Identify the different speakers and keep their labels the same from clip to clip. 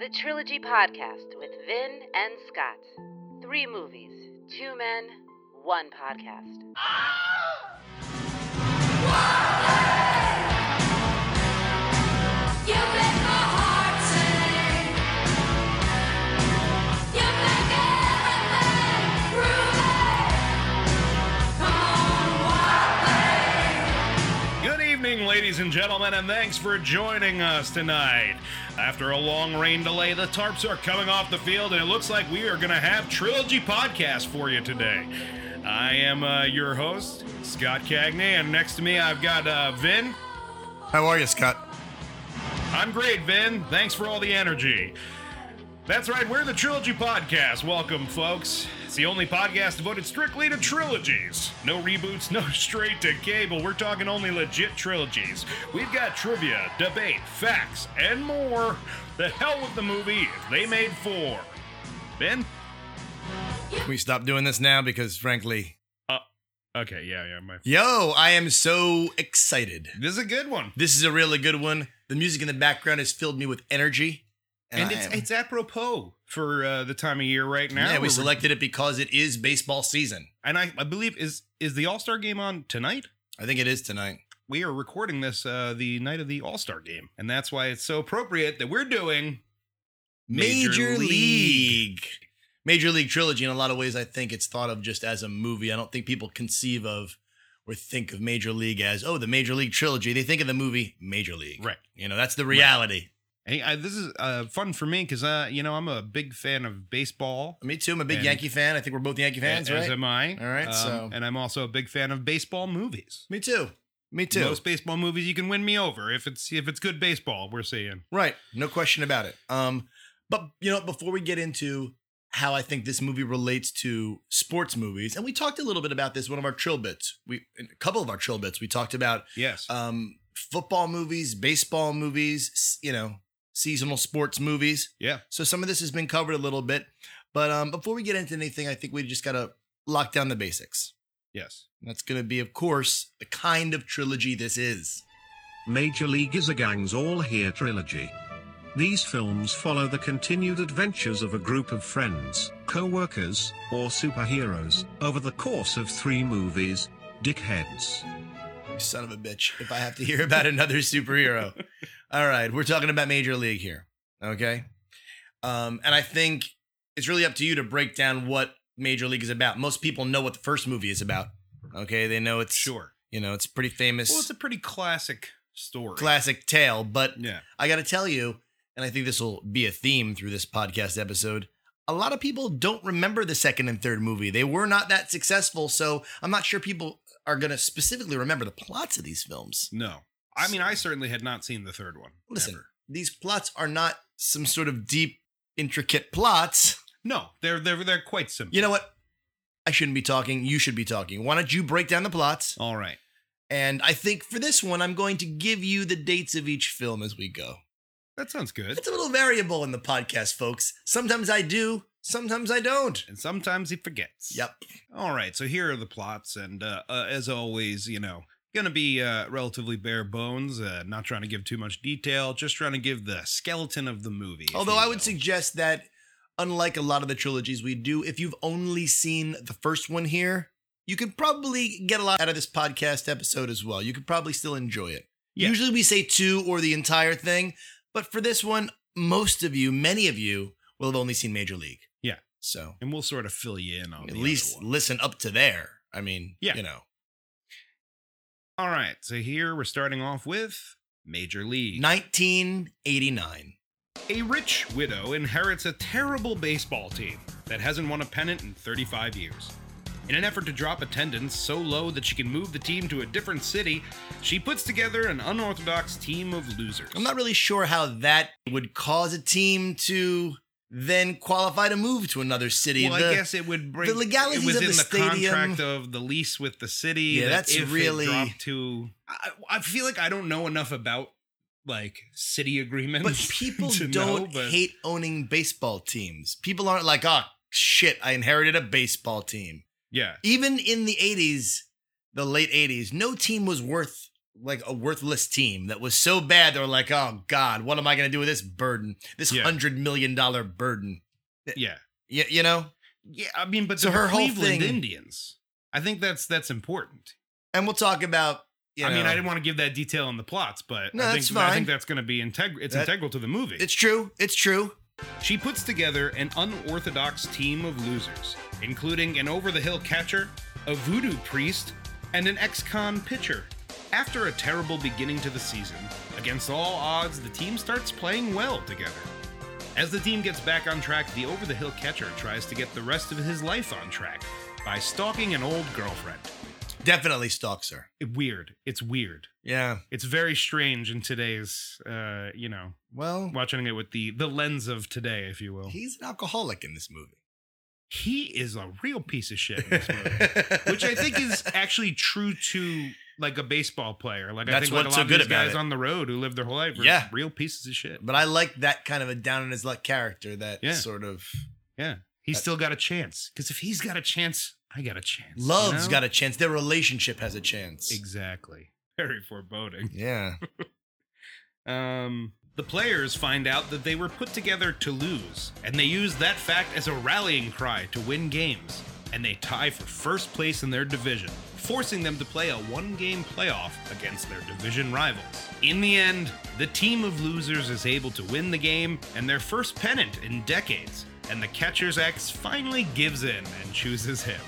Speaker 1: The Trilogy Podcast with Vin and Scott. Three movies, two men, one podcast.
Speaker 2: You make my heart sing. You make everything groovy.
Speaker 3: Good evening, ladies and gentlemen, and thanks for joining us tonight. After a long rain delay, the tarps are coming off the field, and it looks like we are going to have Trilogy Podcast for you today. I am uh, your host, Scott Cagney, and next to me I've got uh, Vin.
Speaker 4: How are you, Scott?
Speaker 3: I'm great, Vin. Thanks for all the energy. That's right, we're the Trilogy Podcast. Welcome, folks. It's the only podcast devoted strictly to trilogies. No reboots, no straight to cable. We're talking only legit trilogies. We've got trivia, debate, facts, and more. The hell with the movie if they made four. Ben?
Speaker 4: Can we stop doing this now? Because frankly,
Speaker 3: Okay, yeah, yeah. My...
Speaker 4: yo, I am so excited.
Speaker 3: This is a good one.
Speaker 4: This is a really good one. The music in the background has filled me with energy,
Speaker 3: And
Speaker 4: I
Speaker 3: it's,
Speaker 4: am-
Speaker 3: it's apropos for uh, the time of year right now.
Speaker 4: yeah. We
Speaker 3: We're-
Speaker 4: selected it because it is baseball season.
Speaker 3: And I, I believe, is, is the All Star game on tonight?
Speaker 4: I think it is tonight.
Speaker 3: we are recording this uh, the night of the All Star game, and that's why it's so appropriate that we're doing Major League.
Speaker 4: Major League Trilogy. In a lot of ways, I think it's thought of just as a movie. I don't think people conceive of or think of Major League as oh, the Major League Trilogy. They think of the movie Major League.
Speaker 3: right.
Speaker 4: You know, that's the reality.
Speaker 3: Hey, I, this is uh, fun for me because uh, you know I'm a big fan of baseball.
Speaker 4: Me too. I'm a big
Speaker 3: And-
Speaker 4: Yankee fan. I think we're both Yankee fans,
Speaker 3: as
Speaker 4: right?
Speaker 3: am I. um,
Speaker 4: All right, so-
Speaker 3: and I'm also a big fan of baseball movies.
Speaker 4: Me too. Me too.
Speaker 3: Most baseball movies, you can win me over if it's if it's good baseball. We're seeing.
Speaker 4: right. No question about it. Um, but you know, before we get into how I think this movie relates to sports movies, and we talked a little bit about this one of our trill bits. We a couple of our trill bits. We talked about
Speaker 3: Yes.
Speaker 4: um football movies, baseball movies, s- you know, seasonal sports movies.
Speaker 3: yeah.
Speaker 4: So some of this has been covered a little bit. But um, before we get into anything, I think we just gotta lock down the basics.
Speaker 3: Yes.
Speaker 4: And that's gonna be, of course, the kind of trilogy this is.
Speaker 5: Major League is a gang's all here trilogy. These films follow the continued adventures of a group of friends, co workers, or superheroes, over the course of three movies Dickheads.
Speaker 4: You son of a bitch if I have to hear about another superhero. All right, we're talking about Major League here. Okay. Um, and I think it's really up to you to break down what Major League is about. Most people know what the first movie is about. Okay. They know it's,
Speaker 3: Sure.
Speaker 4: you know, it's a pretty famous
Speaker 3: Well, it's a pretty classic story.
Speaker 4: classic tale. But
Speaker 3: yeah.
Speaker 4: I got to tell you, and I think this will be a theme through this podcast episode. A lot of people don't remember the second and third movie. They were not that successful. So I'm not sure people are going to specifically remember the plots of these films.
Speaker 3: No. I mean, I certainly had not seen the third one.
Speaker 4: Listen,
Speaker 3: ever.
Speaker 4: these plots are not some sort of deep, intricate plots.
Speaker 3: No, they're they're they're quite simple.
Speaker 4: You know what? I shouldn't be talking. You should be talking. Why don't you break down the plots?
Speaker 3: All right.
Speaker 4: And I think for this one, I'm going to give you the dates of each film as we go.
Speaker 3: That sounds good.
Speaker 4: It's a little variable in the podcast, folks. Sometimes I do, sometimes I don't.
Speaker 3: and sometimes he forgets.
Speaker 4: Yep.
Speaker 3: All right, so here are the plots, and uh, uh, as always, you know, gonna be uh, relatively bare bones. Uh, not trying to give too much detail, just trying to give the skeleton of the movie. if
Speaker 4: Although
Speaker 3: you
Speaker 4: I would
Speaker 3: will.
Speaker 4: suggest that, unlike a lot of the trilogies we do, if you've only seen the first one here, you could probably get a lot out of this podcast episode as well. You could probably still enjoy it.
Speaker 3: Yeah.
Speaker 4: Usually we say two or the entire thing, but for this one, most of you, many of you, will have only seen Major League.
Speaker 3: Yeah.
Speaker 4: So
Speaker 3: and we'll sort of fill you in on
Speaker 4: at
Speaker 3: the
Speaker 4: least
Speaker 3: other one.
Speaker 4: listen up to there. I mean,
Speaker 3: Yeah.
Speaker 4: you know.
Speaker 3: All right, so here we're starting off with Major League.
Speaker 4: 1989.
Speaker 3: A rich widow inherits a terrible baseball team that hasn't won a pennant in 35 years. In an effort to drop attendance so low that she can move the team to a different city, she puts together an unorthodox team of losers.
Speaker 4: I'm not really sure how that would cause a team to then qualify to move to another city.
Speaker 3: Well, I
Speaker 4: The-
Speaker 3: guess it would bring
Speaker 4: the legalities
Speaker 3: it was
Speaker 4: of
Speaker 3: in
Speaker 4: the
Speaker 3: the,
Speaker 4: stadium-
Speaker 3: contract of the lease with the city.
Speaker 4: Yeah,
Speaker 3: that
Speaker 4: that's
Speaker 3: if it
Speaker 4: really-
Speaker 3: dropped to. I, I feel like I don't know enough about like city agreements,
Speaker 4: But people
Speaker 3: to
Speaker 4: don't
Speaker 3: know, but-
Speaker 4: hate owning baseball teams. People aren't like, oh, shit, I inherited a baseball team.
Speaker 3: Yeah,
Speaker 4: Even in the 80s, the late 80s, no team was worth like a worthless team that was so bad they were like, oh God, what am I gonna do with this burden? This
Speaker 3: Yeah.
Speaker 4: hundred million dollar burden.
Speaker 3: Yeah.
Speaker 4: You, you know?
Speaker 3: Yeah, I mean, but
Speaker 4: So
Speaker 3: the
Speaker 4: her whole
Speaker 3: Cleveland
Speaker 4: thing-
Speaker 3: Indians. I think that's that's important.
Speaker 4: And we'll talk about you
Speaker 3: I mean,
Speaker 4: know,
Speaker 3: I didn't want to give that detail on the plots, but
Speaker 4: No,
Speaker 3: I think
Speaker 4: that's
Speaker 3: I
Speaker 4: fine.
Speaker 3: think that's going to be integral. It's
Speaker 4: That-
Speaker 3: integral to the movie.
Speaker 4: it's true, it's true.
Speaker 3: She puts together an unorthodox team of losers, including an over the hill catcher, a voodoo priest, and an ex con pitcher. After a terrible beginning to the season, against all odds, the team starts playing well together. As the team gets back on track, the over the hill catcher tries to get the rest of his life on track by stalking an old girlfriend.
Speaker 4: Definitely stalks her.
Speaker 3: Weird. It's weird.
Speaker 4: Yeah.
Speaker 3: It's very strange in today's, uh, you know,
Speaker 4: Well,
Speaker 3: watching it with the the lens of today, if you will.
Speaker 4: he's an alcoholic in this movie.
Speaker 3: he is a real piece of shit in this movie, which I think is actually true to like a baseball player. Like I
Speaker 4: That's
Speaker 3: think like, a
Speaker 4: what's
Speaker 3: lot
Speaker 4: so
Speaker 3: of
Speaker 4: good
Speaker 3: these
Speaker 4: about
Speaker 3: guys
Speaker 4: it.
Speaker 3: on the road who live their whole life are
Speaker 4: Yeah.
Speaker 3: real pieces of shit.
Speaker 4: But I like that kind of a down in his luck character that
Speaker 3: Yeah.
Speaker 4: sort of
Speaker 3: Yeah, he's
Speaker 4: That-
Speaker 3: still got a chance because if he's got a chance, I got a chance.
Speaker 4: love's
Speaker 3: you know?
Speaker 4: got a chance. Their relationship has a chance.
Speaker 3: exactly. Very foreboding.
Speaker 4: Yeah.
Speaker 3: Um, the players find out that they were put together to lose, and they use that fact as a rallying cry to win games. And they tie for first place in their division, forcing them to play a one game playoff against their division rivals. In the end, the team of losers is able to win the game and their first pennant in decades, and the catcher's axe finally gives in and chooses him.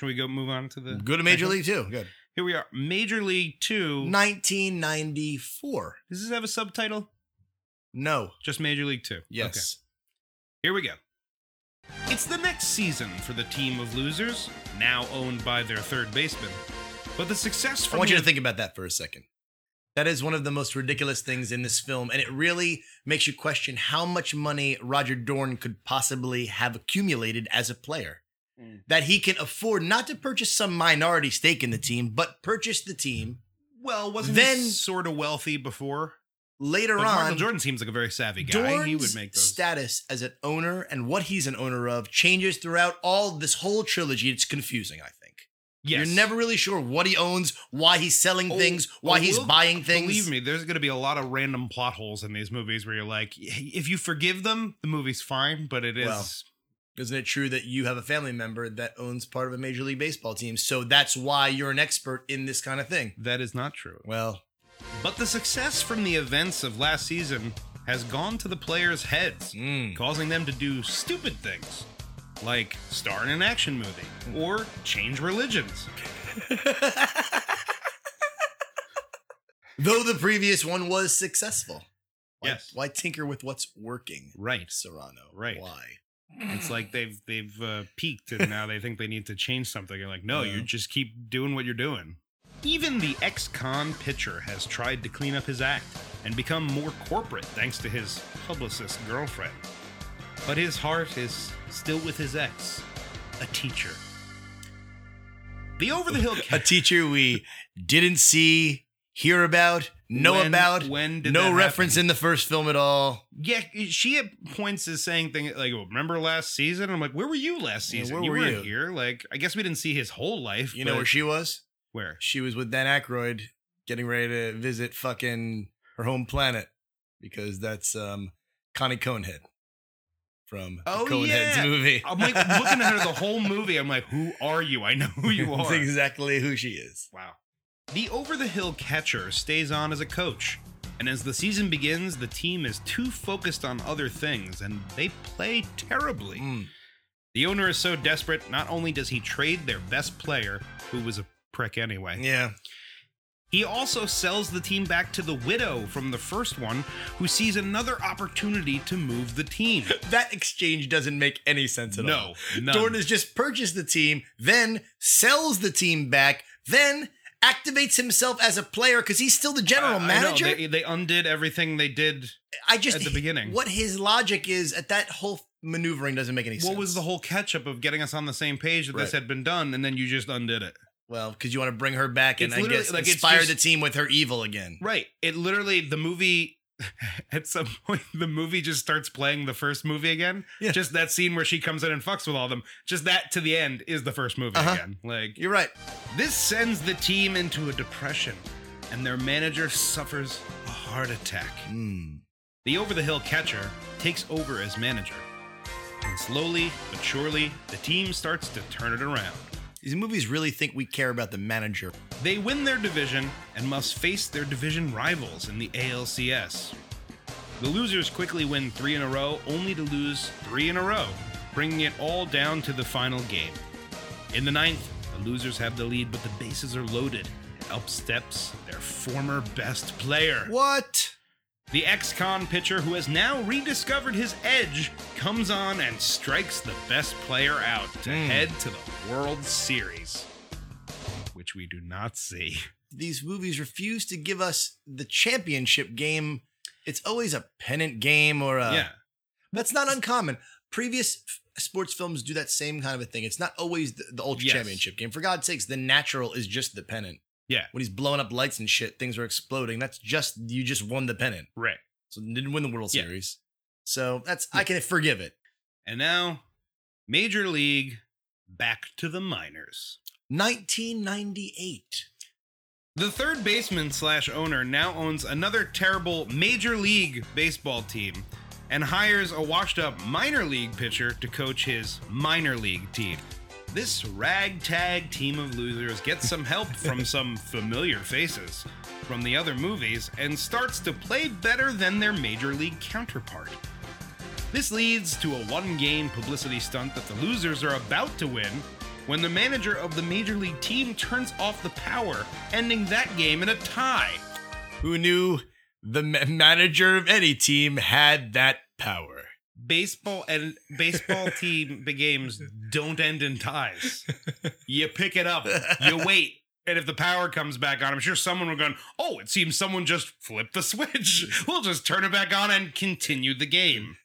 Speaker 3: Should we go move on to the.
Speaker 4: Good to Major League too. Good.
Speaker 3: Here we are. Major League 2.
Speaker 4: 1994.
Speaker 3: Does this have a subtitle?
Speaker 4: No.
Speaker 3: Just Major League 2. Okay.
Speaker 4: Yes.
Speaker 3: Here we go. It's the next season for the team of losers, now owned by their third baseman. But the success from
Speaker 4: I want you
Speaker 3: the-
Speaker 4: to think about that for a second. That is one of the most ridiculous things in this film, and it really makes you question how much money Roger Dorn could possibly have accumulated as a player.
Speaker 3: Mm.
Speaker 4: That he can afford not to purchase some minority stake in the team, but purchase the team
Speaker 3: well, wasn't
Speaker 4: Then-
Speaker 3: he sort of wealthy before?
Speaker 4: later
Speaker 3: Like,
Speaker 4: on.
Speaker 3: Michael Jordan seems like a very savvy guy. he would
Speaker 4: Dorn's
Speaker 3: make those.
Speaker 4: status as an owner and what he's an owner of changes throughout all this whole trilogy. It's confusing, I think.
Speaker 3: yes.
Speaker 4: You're never really sure what he owns, why he's selling
Speaker 3: Oh,
Speaker 4: things,
Speaker 3: well,
Speaker 4: why he's
Speaker 3: we'll-
Speaker 4: buying things.
Speaker 3: Believe me, there's going to be a lot of random plot holes in these movies where you're like, if you forgive them, the movie's fine, but it is.
Speaker 4: Well, Isn't it true that you have a family member that owns part of a Major League Baseball team? So that's why you're an expert in this kind of thing.
Speaker 3: that is not true.
Speaker 4: Well,
Speaker 3: But the success from the events of last season has gone to the players' heads,
Speaker 4: Mm.
Speaker 3: causing them to do stupid things like star in an action movie or change religions.
Speaker 4: though the previous one was successful. Why,
Speaker 3: Yes.
Speaker 4: Why tinker with what's working,
Speaker 3: Right.
Speaker 4: Serrano?
Speaker 3: Right.
Speaker 4: Why?
Speaker 3: It's like they've they've uh, peaked and now they think they need to change something. You're like, no, you
Speaker 4: Yeah.
Speaker 3: just keep doing what you're doing. Even the ex-con pitcher has tried to clean up his act and become more corporate thanks to his publicist girlfriend. But his heart is still with his ex, a teacher. The over-the-hill
Speaker 4: A teacher we didn't see, hear about, know
Speaker 3: When-
Speaker 4: about.
Speaker 3: when did
Speaker 4: no
Speaker 3: that
Speaker 4: reference
Speaker 3: happen?
Speaker 4: in the first film at all.
Speaker 3: Yeah, she at points is saying things like, "Oh, "Remember last season?" I'm like, "Where were you last
Speaker 4: Yeah,
Speaker 3: season?
Speaker 4: where
Speaker 3: you
Speaker 4: were
Speaker 3: weren't
Speaker 4: you?"
Speaker 3: here." Like, I guess we didn't see his whole life.
Speaker 4: You know
Speaker 3: but-
Speaker 4: where she was?
Speaker 3: where?
Speaker 4: She was with Dan Aykroyd getting ready to visit fucking her home planet because that's um, Connie Conehead from
Speaker 3: Oh,
Speaker 4: the Coneheads
Speaker 3: yeah.
Speaker 4: movie.
Speaker 3: I'm like looking at her the whole movie. I'm like, "Who are you? I know who you
Speaker 4: That's
Speaker 3: are."
Speaker 4: exactly who she is.
Speaker 3: Wow. The over the hill catcher stays on as a coach. And as the season begins, the team is too focused on other things and they play terribly.
Speaker 4: Mm.
Speaker 3: The owner is so desperate, not only does he trade their best player, who was a prick anyway,
Speaker 4: Yeah.
Speaker 3: He also sells the team back to the widow from the first one, who sees another opportunity to move the team.
Speaker 4: That exchange doesn't make any sense at all.
Speaker 3: No, none.
Speaker 4: Dorn has just purchased the team, then sells the team back, then activates himself as a player because he's still the general
Speaker 3: I- I know,
Speaker 4: manager.
Speaker 3: they, they undid everything they did.
Speaker 4: I just
Speaker 3: At the beginning.
Speaker 4: what his logic is at that whole maneuvering doesn't make any sense.
Speaker 3: What was the whole catch up of getting us on the same page that this
Speaker 4: Right.
Speaker 3: had been done, and then you just undid it?
Speaker 4: Well, because you want to bring her back and
Speaker 3: It's
Speaker 4: I
Speaker 3: literally-
Speaker 4: guess
Speaker 3: like, it's
Speaker 4: inspire
Speaker 3: just-
Speaker 4: the team with her evil again.
Speaker 3: Right. It literally, the movie, at some point, the movie just starts playing the first movie again.
Speaker 4: Yeah.
Speaker 3: Just that scene where she comes in and fucks with all of them. Just that to the end is the first movie
Speaker 4: Uh-huh.
Speaker 3: again. Like,
Speaker 4: You're right.
Speaker 3: This sends the team into a depression, and their manager suffers a heart attack.
Speaker 4: Mm.
Speaker 3: The over the hill catcher takes over as manager. And slowly but surely, the team starts to turn it around.
Speaker 4: These movies really think we care about the manager.
Speaker 3: They win their division and must face their division rivals in the ALCS. The losers quickly win three in a row, only to lose three in a row, bringing it all down to the final game. In the ninth, the losers have the lead, but the bases are loaded. and Up steps their former best player.
Speaker 4: What?
Speaker 3: The ex con pitcher who has now rediscovered his edge comes on and strikes the best player out to
Speaker 4: Mm.
Speaker 3: head to the World Series, which we do not see.
Speaker 4: These movies refuse to give us the championship game. It's always a pennant game or a.
Speaker 3: yeah.
Speaker 4: That's not uncommon. Previous f- sports films do that same kind of a thing. It's not always the, the ultra
Speaker 3: Yes.
Speaker 4: championship game. For God's sakes, the natural is just the pennant.
Speaker 3: Yeah.
Speaker 4: When he's blowing up lights and shit, things are exploding. That's just you just won the pennant.
Speaker 3: Right.
Speaker 4: So you didn't win the World
Speaker 3: Yeah.
Speaker 4: Series. So that's I can forgive it.
Speaker 3: And now, Major League back to the minors.
Speaker 4: 1998.
Speaker 3: The third baseman slash owner now owns another terrible Major League baseball team and hires a washed up minor league pitcher to coach his minor league team. This ragtag team of losers gets some help from some familiar faces from the other movies and starts to play better than their major league counterpart. This leads to a one game publicity stunt that the losers are about to win when the manager of the major league team turns off the power, ending that game in a tie.
Speaker 4: Who knew the ma- manager of any team had that power?
Speaker 3: Baseball and baseball team games don't end in ties. You pick it up, you wait, and if the power comes back on, I'm sure someone will go, "Oh, it seems someone just flipped the switch. We'll just turn it back on and continue the game."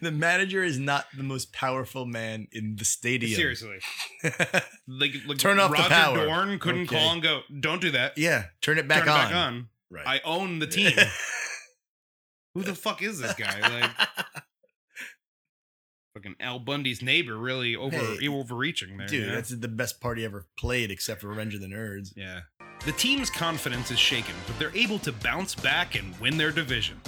Speaker 4: The manager is not the most powerful man in the stadium.
Speaker 3: Seriously, like, like
Speaker 4: Turn off the
Speaker 3: Roger
Speaker 4: power.
Speaker 3: Dorn couldn't
Speaker 4: Okay.
Speaker 3: call and go, "Don't do that."
Speaker 4: yeah, turn it back
Speaker 3: Turn it
Speaker 4: on.
Speaker 3: back on.
Speaker 4: Right.
Speaker 3: I own the team. Who the fuck is this guy? Like fucking Al Bundy's neighbor really over
Speaker 4: Hey,
Speaker 3: overreaching there.
Speaker 4: Dude,
Speaker 3: you know?
Speaker 4: that's the best party ever played, except for Revenge of the Nerds.
Speaker 3: yeah. The team's confidence is shaken, but they're able to bounce back and win their division.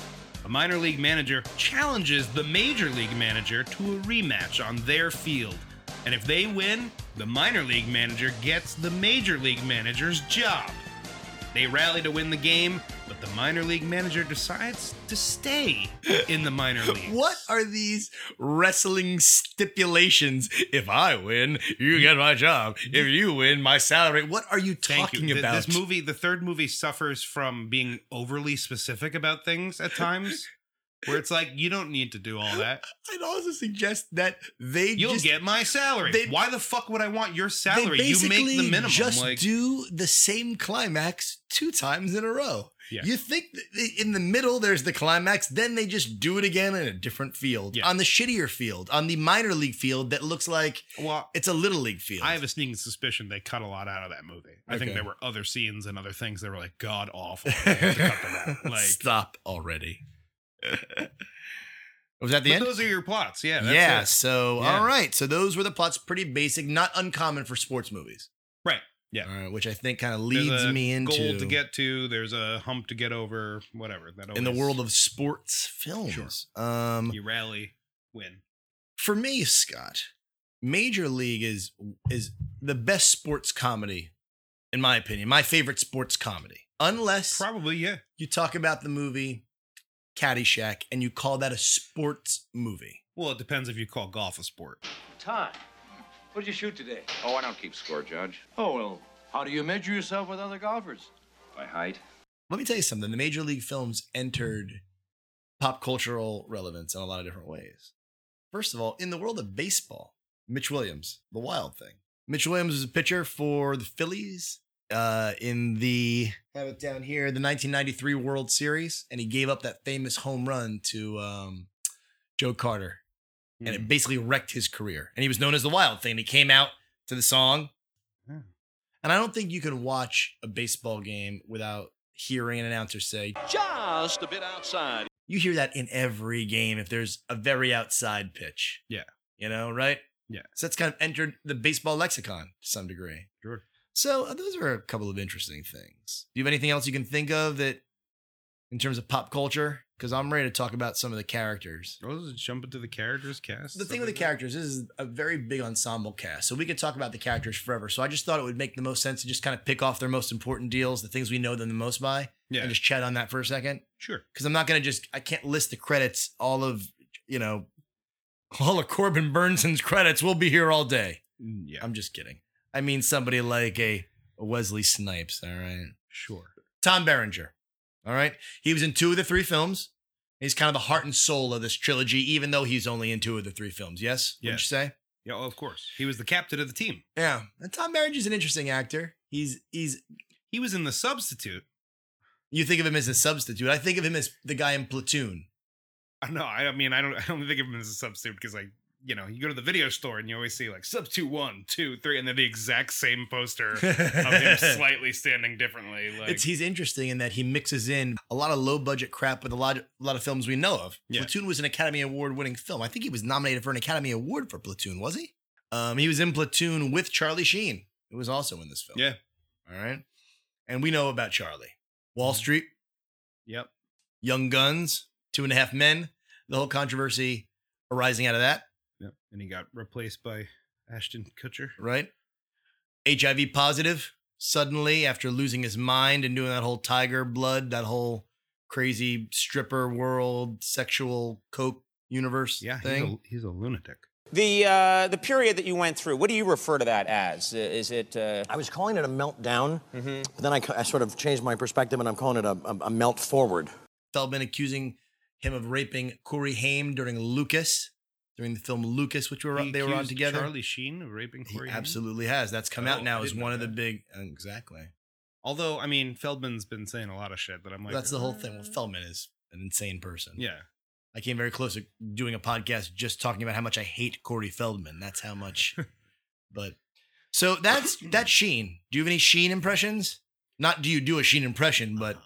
Speaker 3: A minor league manager challenges the major league manager to a rematch on their field. And if they win, the minor league manager gets the major league manager's job. They rally to win the game, but the minor league manager decides to stay in the minor league.
Speaker 4: What are these wrestling stipulations? If I win, you get my job. If you win, my salary. What are you
Speaker 3: Thank you.
Speaker 4: talking
Speaker 3: Th-
Speaker 4: about?
Speaker 3: This movie, the third movie, suffers from being overly specific about things at times, where it's like you don't need to do all that.
Speaker 4: I'd also suggest that they
Speaker 3: You'll
Speaker 4: just
Speaker 3: get my salary.
Speaker 4: they-
Speaker 3: Why the fuck would I want your
Speaker 4: they
Speaker 3: salary? You make the
Speaker 4: basically
Speaker 3: minimum.
Speaker 4: Just
Speaker 3: like
Speaker 4: do the same climax two times in a row.
Speaker 3: Yeah.
Speaker 4: You think th- th- in the middle there's the climax, then they just do it again in a different field,
Speaker 3: Yeah.
Speaker 4: on the shittier field, on the minor league field that looks like
Speaker 3: well.
Speaker 4: it's a little league field.
Speaker 3: I have a sneaking suspicion they cut a lot out of that movie. I think
Speaker 4: Okay.
Speaker 3: there were other scenes and other things that were like god awful. They had to cut them out. Like
Speaker 4: Stop already. Was that the
Speaker 3: but
Speaker 4: end?
Speaker 3: those are your plots. Yeah. That's
Speaker 4: yeah.
Speaker 3: it.
Speaker 4: So
Speaker 3: Yeah.
Speaker 4: all right. So those were the plots. Pretty basic, not uncommon for sports movies.
Speaker 3: Right. Yeah.
Speaker 4: All right, which I think kind of
Speaker 3: There's
Speaker 4: leads
Speaker 3: a
Speaker 4: me into
Speaker 3: goal to get to. There's a hump to get over. Whatever. That
Speaker 4: in the
Speaker 3: always-
Speaker 4: world of sports films. Um,
Speaker 3: you rally, win.
Speaker 4: for me, Scott, Major League is is the best sports comedy, in my opinion. My favorite sports comedy, unless
Speaker 3: Probably yeah.
Speaker 4: you talk about the movie Caddyshack and you call that a sports movie.
Speaker 3: Well, it depends if you call golf a sport.
Speaker 6: Time. What did you shoot today?
Speaker 7: Oh, I don't keep score, Judge.
Speaker 6: Oh, well, how do you measure yourself with other golfers?
Speaker 7: By height.
Speaker 4: Let me tell you something. The Major League films entered pop cultural relevance in a lot of different ways. First of all, in the world of baseball, Mitch Williams, the wild thing. Mitch Williams was a pitcher for the Phillies uh, in the have it down here the 1993 World Series, and he gave up that famous home run to um, Joe Carter, and
Speaker 3: Mm-hmm.
Speaker 4: it basically wrecked his career. And he was known as the wild thing. He came out to the song,
Speaker 3: Yeah.
Speaker 4: and I don't think you can watch a baseball game without hearing an announcer say
Speaker 6: Just a bit outside.
Speaker 4: you hear that in every game if there's a very outside pitch.
Speaker 3: Yeah.
Speaker 4: You know, right?
Speaker 3: Yeah.
Speaker 4: So that's kind of entered the baseball lexicon to some degree.
Speaker 3: Sure.
Speaker 4: So uh, those are a couple of interesting things. Do you have anything else you can think of that, in terms of pop culture? Because I'm ready to talk about some of the characters.
Speaker 3: Oh, let's jump into the characters cast.
Speaker 4: The thing with the
Speaker 3: Something
Speaker 4: characters this is a very big ensemble cast, so we could talk about the characters forever. So I just thought it would make the most sense to just kind of pick off their most important deals, the things we know them the most by,
Speaker 3: like that. Yeah,
Speaker 4: and just chat on that for a second.
Speaker 3: sure.
Speaker 4: Because I'm not gonna just I can't list the credits, all of you know, all of Corbin Burnson's credits. We'll be here all day.
Speaker 3: Mm, Yeah,
Speaker 4: I'm just kidding. I mean somebody like a Wesley Snipes. All right.
Speaker 3: sure.
Speaker 4: Tom Berenger. All right. He was in two of the three films. He's kind of the heart and soul of this trilogy, even though he's only in two of the three films. Yes? Would you
Speaker 3: Yes.
Speaker 4: say?
Speaker 3: Yeah, well, of course. He was the captain of the team.
Speaker 4: Yeah. And Tom Berenger's an interesting actor. He's he's
Speaker 3: He was in the substitute.
Speaker 4: you think of him as a substitute. I think of him as the guy in Platoon.
Speaker 3: I know. I mean, I don't. I don't think of him as a substitute because, like, you know, you go to the video store and you always see like substitute one, two, three, and then the exact same poster of him slightly standing differently. Like,
Speaker 4: it's he's interesting in that he mixes in a lot of low budget crap with a lot a lot of films we know of.
Speaker 3: Yeah.
Speaker 4: Platoon was an Academy Award winning film. I think he was nominated for an Academy Award for Platoon, was he? Um, he was in Platoon with Charlie Sheen, who was also in this film.
Speaker 3: Yeah.
Speaker 4: All right. And we know about Charlie. Wall
Speaker 3: Mm-hmm.
Speaker 4: Street,
Speaker 3: yep.
Speaker 4: Young Guns, Two and a Half Men, the whole controversy arising out of that,
Speaker 3: Yep. And he got replaced by Ashton Kutcher.
Speaker 4: right? HIV positive suddenly after losing his mind and doing that whole tiger blood, that whole crazy stripper world, sexual coke universe
Speaker 3: Yeah, he's
Speaker 4: thing.
Speaker 3: a, he's a lunatic.
Speaker 8: The uh, the period that you went through, what do you refer to that as? Uh, Is it uh,
Speaker 9: I was calling it a meltdown, but then I, ca- I sort of changed my perspective and I'm calling it a, a, a melt forward.
Speaker 4: Feldman accusing him of raping Corey Haim during Lucas, during the film Lucas, which we were,
Speaker 3: He
Speaker 4: they were on
Speaker 3: accused
Speaker 4: together.
Speaker 3: E Charlie Sheen of raping
Speaker 4: He
Speaker 3: Corey. Haim.
Speaker 4: absolutely has. That's come out
Speaker 3: Oh,
Speaker 4: now
Speaker 3: I
Speaker 4: as
Speaker 3: didn't
Speaker 4: one
Speaker 3: know
Speaker 4: of the
Speaker 3: that.
Speaker 4: big exactly.
Speaker 3: Although, I mean, Feldman's been saying a lot of shit that I'm like.
Speaker 4: That's the whole thing.
Speaker 3: uh,
Speaker 4: Well, Feldman is an insane person.
Speaker 3: Yeah.
Speaker 4: I came very close to doing a podcast just talking about how much I hate Corey Feldman. That's how much. but so that's that's Sheen. Do you have any Sheen impressions? Not do you do a Sheen impression, but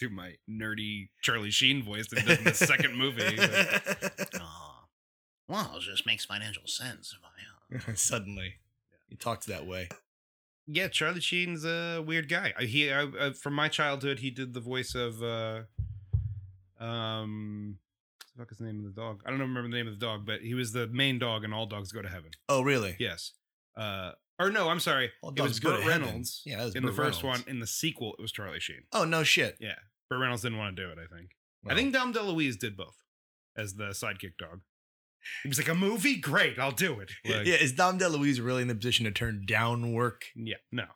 Speaker 3: Do my nerdy Charlie Sheen voice that he does in Uh, the second movie. but-
Speaker 9: Well, it just makes financial sense. uh,
Speaker 4: suddenly he talks that way.
Speaker 3: Yeah, Charlie Sheen's a weird guy. I- He, I, I, from my childhood, he did the voice of, uh, um, what the fuck is the name of the dog? I don't remember the name of the dog, but he was the main dog in All Dogs Go to Heaven.
Speaker 4: Oh, really?
Speaker 3: Yes. Uh, or no, I'm sorry.
Speaker 4: All
Speaker 3: it
Speaker 4: Dogs
Speaker 3: was
Speaker 4: Go to
Speaker 3: Burt
Speaker 4: Heaven.
Speaker 3: Reynolds.
Speaker 4: Yeah, that was
Speaker 3: in the
Speaker 4: Burt
Speaker 3: first
Speaker 4: Reynolds.
Speaker 3: one. In the sequel, it was Charlie Sheen.
Speaker 4: Oh no shit.
Speaker 3: Yeah, Burt Reynolds didn't want to do it. I think.
Speaker 4: Well,
Speaker 3: I think Dom DeLuise did both as the sidekick dog. He was like, "A movie, great, I'll do it." Like,
Speaker 4: yeah, is Dom DeLuise really in the position to turn down work?
Speaker 3: yeah, no,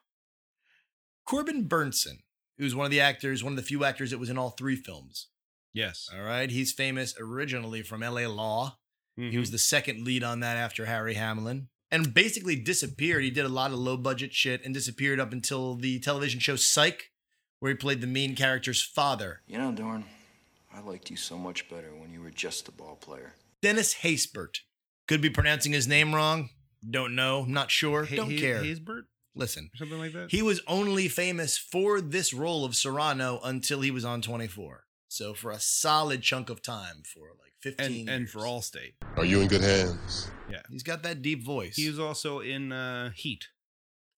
Speaker 4: Corbin Burnson, who's one of the actors, one of the few actors that was in all three films.
Speaker 3: yes,
Speaker 4: All right. He's famous originally from LA Law. He
Speaker 3: Mm-hmm.
Speaker 4: was the second lead on that after Harry Hamlin and basically disappeared. He did a lot of low budget shit and disappeared up until the television show Psych, where he played the main character's father.
Speaker 7: You know, Dorn, I liked you so much better when you were just a ball player.
Speaker 4: Dennis Haysbert. Could be pronouncing his name wrong. Don't know. Not sure.
Speaker 3: Ha-
Speaker 4: Don't
Speaker 3: Ha-
Speaker 4: care.
Speaker 3: Haysbert
Speaker 4: Listen,
Speaker 3: or something like that.
Speaker 4: he was only famous for this role of Serrano until he was on 24. So for a solid chunk of time, for like 15
Speaker 3: and and for
Speaker 4: years.
Speaker 3: Allstate,
Speaker 10: Are you in good hands?
Speaker 3: yeah,
Speaker 4: He's got that deep voice.
Speaker 3: he was also in uh, Heat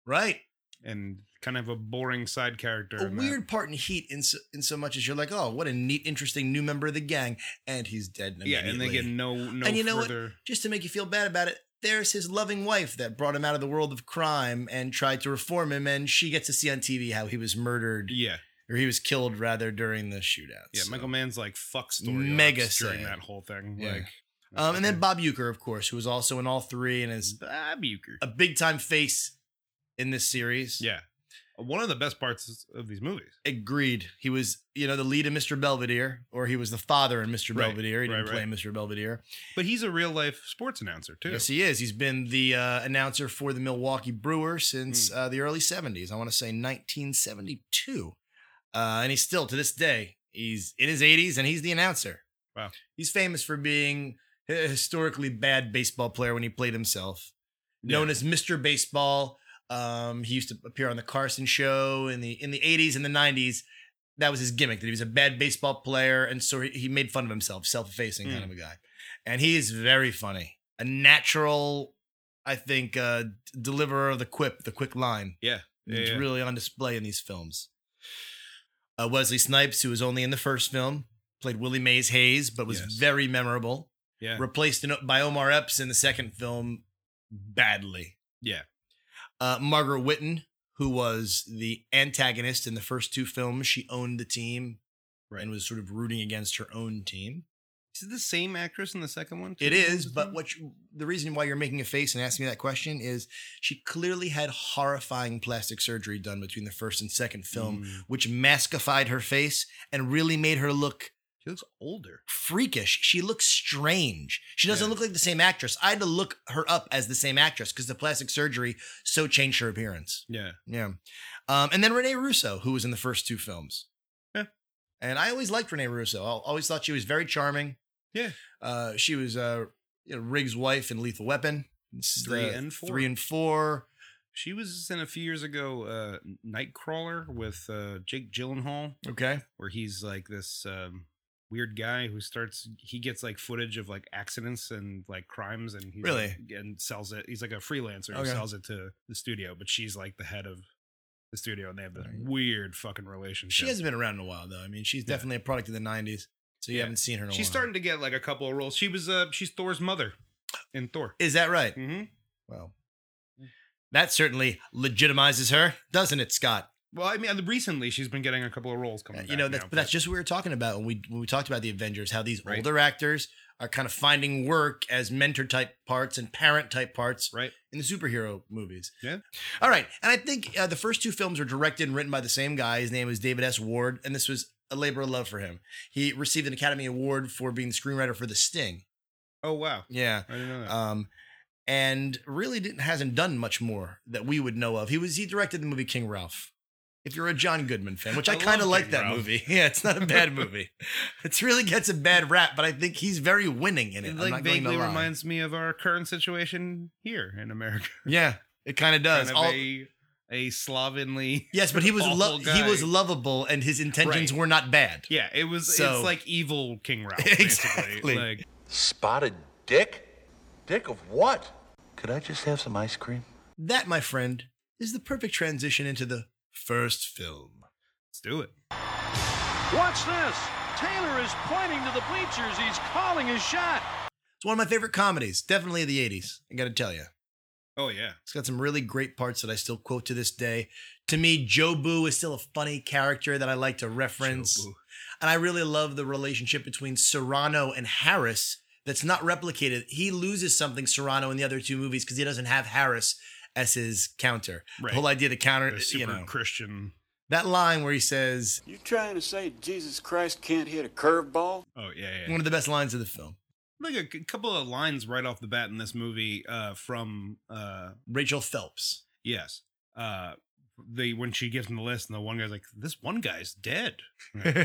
Speaker 4: right.
Speaker 3: and kind of a boring side character.
Speaker 4: a
Speaker 3: in that.
Speaker 4: weird part in Heat in so, in so much as you're like, oh, what a neat, interesting new member of the gang, and he's dead.
Speaker 3: yeah, and they
Speaker 4: immediately.
Speaker 3: get no no
Speaker 4: and you know
Speaker 3: further.
Speaker 4: what? Just to make you feel bad about it, there's his loving wife that brought him out of the world of crime and tried to reform him, and she gets to see on TV how he was murdered
Speaker 3: Yeah,
Speaker 4: or he was killed rather during the shootouts.
Speaker 3: yeah.
Speaker 4: So-
Speaker 3: Michael Mann's like fuck story
Speaker 4: Mega
Speaker 3: arcs during
Speaker 4: sad.
Speaker 3: that whole thing.
Speaker 4: Yeah.
Speaker 3: Like,
Speaker 4: Um, and then
Speaker 3: okay.
Speaker 4: Bob Euchre, of course, who was also in all three and is
Speaker 3: Bob Uecker.
Speaker 4: a big time face in this series.
Speaker 3: Yeah, one of the best parts of these movies.
Speaker 4: Agreed. He was, you know, the lead in Mr. Belvedere, or he was the father in Mr.
Speaker 3: Right,
Speaker 4: Belvedere. He didn't
Speaker 3: right,
Speaker 4: play
Speaker 3: right.
Speaker 4: Mr. Belvedere.
Speaker 3: But he's a real life sports announcer too.
Speaker 4: Yes, he is. He's been the uh, announcer for the Milwaukee Brewers since
Speaker 3: Hmm.
Speaker 4: uh, the early 70s. I want to say 1972. Uh, and he's still, to this day, he's in his 80s and he's the announcer.
Speaker 3: Wow.
Speaker 4: He's famous for being a historically bad baseball player when he played himself, known as Mr. Baseball. Um, he used to appear on the Carson show in the in the 80s and the 90s. That was his gimmick that he was a bad baseball player, and so he, he made fun
Speaker 3: Hmm.
Speaker 4: of himself, self-effacing kind of a guy. And he is very funny, a natural. I think uh, d- deliverer of the quip, the quick line.
Speaker 3: Yeah. Yeah,
Speaker 4: it's
Speaker 3: yeah.
Speaker 4: really on display in these films. Uh, Wesley Snipes, who was only in the first film, played Willie Mays Hayes, but was
Speaker 3: Yes.
Speaker 4: very memorable.
Speaker 3: Yeah.
Speaker 4: Replaced in, by Omar Epps in the second film badly.
Speaker 3: Yeah.
Speaker 4: Uh, Margaret Whitten, who was the antagonist in the first two films, she owned the team
Speaker 3: Right.
Speaker 4: and was sort of rooting against her own team.
Speaker 3: Is it the same actress in the second one?
Speaker 4: It
Speaker 3: too?
Speaker 4: is, but what you, the reason why you're making a face and asking me that question is she clearly had horrifying plastic surgery done between the first and second film,
Speaker 3: Hmm. Mm.
Speaker 4: which maskified her face and really made her look
Speaker 3: She looks older.
Speaker 4: freakish. She looks strange. She doesn't
Speaker 3: Yeah.
Speaker 4: look like the same actress. I had to look her up as the same actress because the plastic surgery so changed her appearance.
Speaker 3: Yeah.
Speaker 4: Yeah. Um, and then Renee Russo, who was in the first two films.
Speaker 3: Yeah.
Speaker 4: And I always liked Renee Russo. I always thought she was very charming.
Speaker 3: Yeah.
Speaker 4: Uh, she was uh, you know, Riggs' wife in Lethal Weapon. This is
Speaker 3: Three
Speaker 4: the
Speaker 3: and four.
Speaker 4: Three and four.
Speaker 3: She was in a few years ago, uh, Nightcrawler with uh, Jake Gyllenhaal,
Speaker 4: Okay.
Speaker 3: where he's like this um, weird guy who starts. He gets like footage of like accidents and like crimes, and he
Speaker 4: Really?
Speaker 3: and sells it. He's like a freelancer who
Speaker 4: Okay.
Speaker 3: sells it to the studio, but she's like the head of the studio, and they have this
Speaker 4: Alright.
Speaker 3: weird fucking relationship.
Speaker 4: She hasn't been around in a while, though. I mean, she's
Speaker 3: Yeah.
Speaker 4: definitely a product of the 90s. So you
Speaker 3: Yeah.
Speaker 4: haven't seen her in a
Speaker 3: She's
Speaker 4: while.
Speaker 3: starting to get like a couple of roles. She was uh, she's Thor's mother in Thor.
Speaker 4: Is that right?
Speaker 3: Mm-hmm.
Speaker 4: Well, Mm. that certainly legitimizes her, doesn't it, Scott?
Speaker 3: Well, I mean, uh, recently she's been getting a couple of roles coming.
Speaker 4: Uh, you know,
Speaker 3: back
Speaker 4: that's,
Speaker 3: now,
Speaker 4: but that's just what we were talking about when we when we talked about the Avengers. How these
Speaker 3: Right.
Speaker 4: older actors are kind of finding work as mentor type parts and parent type parts
Speaker 3: right.
Speaker 4: in the superhero movies.
Speaker 3: Yeah.
Speaker 4: All right, and I think uh, the first two films were directed and written by the same guy. His name is David S. Ward, and this was a labor of love for him. He received an Academy Award for being the screenwriter for The Sting.
Speaker 3: Oh wow,
Speaker 4: Yeah.
Speaker 3: I didn't know that.
Speaker 4: Um, and really didn't hasn't done much more that we would know of. He was he directed the movie King Ralph. If you're a John Goodman fan, which I,
Speaker 3: I
Speaker 4: kind of
Speaker 3: love
Speaker 4: like
Speaker 3: King
Speaker 4: that
Speaker 3: Ralph.
Speaker 4: movie. Yeah, it's not a bad movie. it really gets a bad rap, but I think he's very winning in it.
Speaker 3: It
Speaker 4: I'm
Speaker 3: like
Speaker 4: not going to
Speaker 3: vaguely
Speaker 4: lie.
Speaker 3: reminds me of our current situation here in America.
Speaker 4: Yeah, it kind of
Speaker 3: Kind
Speaker 4: does.
Speaker 3: of
Speaker 4: All-
Speaker 3: a, a slovenly.
Speaker 4: yes, but he was
Speaker 3: awful
Speaker 4: lo- he
Speaker 3: guy.
Speaker 4: was lovable, and his intentions
Speaker 3: Right.
Speaker 4: were not bad.
Speaker 3: Yeah, it was.
Speaker 4: So-
Speaker 3: it's like evil King Ralph.
Speaker 4: Exactly.
Speaker 3: Basically. Like,
Speaker 10: Spotted dick? Dick of what? Could I just have some ice cream?
Speaker 4: That, my friend, is the perfect transition into the first film.
Speaker 3: let's do it.
Speaker 6: Watch this. Taylor is pointing to the bleachers. He's calling his shot.
Speaker 4: It's one of my favorite comedies, definitely of the '80s. I got to tell you.
Speaker 3: Oh yeah,
Speaker 4: It's got some really great parts that I still quote to this day. To me, Joe Boo is still a funny character that I like to reference.
Speaker 3: Joe Boo.
Speaker 4: And I really love the relationship between Serrano and Harris that's not replicated. He loses something, Serrano, in the other two movies because he doesn't have Harris as his counter.
Speaker 3: Right.
Speaker 4: The whole idea to counter,
Speaker 3: the super
Speaker 4: you know,
Speaker 3: Christian.
Speaker 4: that line where he says,
Speaker 10: You trying to say Jesus Christ can't hit a curveball?
Speaker 3: Oh yeah, yeah.
Speaker 4: one of the best lines of the film.
Speaker 3: like a c- couple of lines right off the bat in this movie uh, from uh,
Speaker 4: Rachel Phelps.
Speaker 3: yes, uh, they when she gives him the list, and the one guy's like, "This one guy's dead.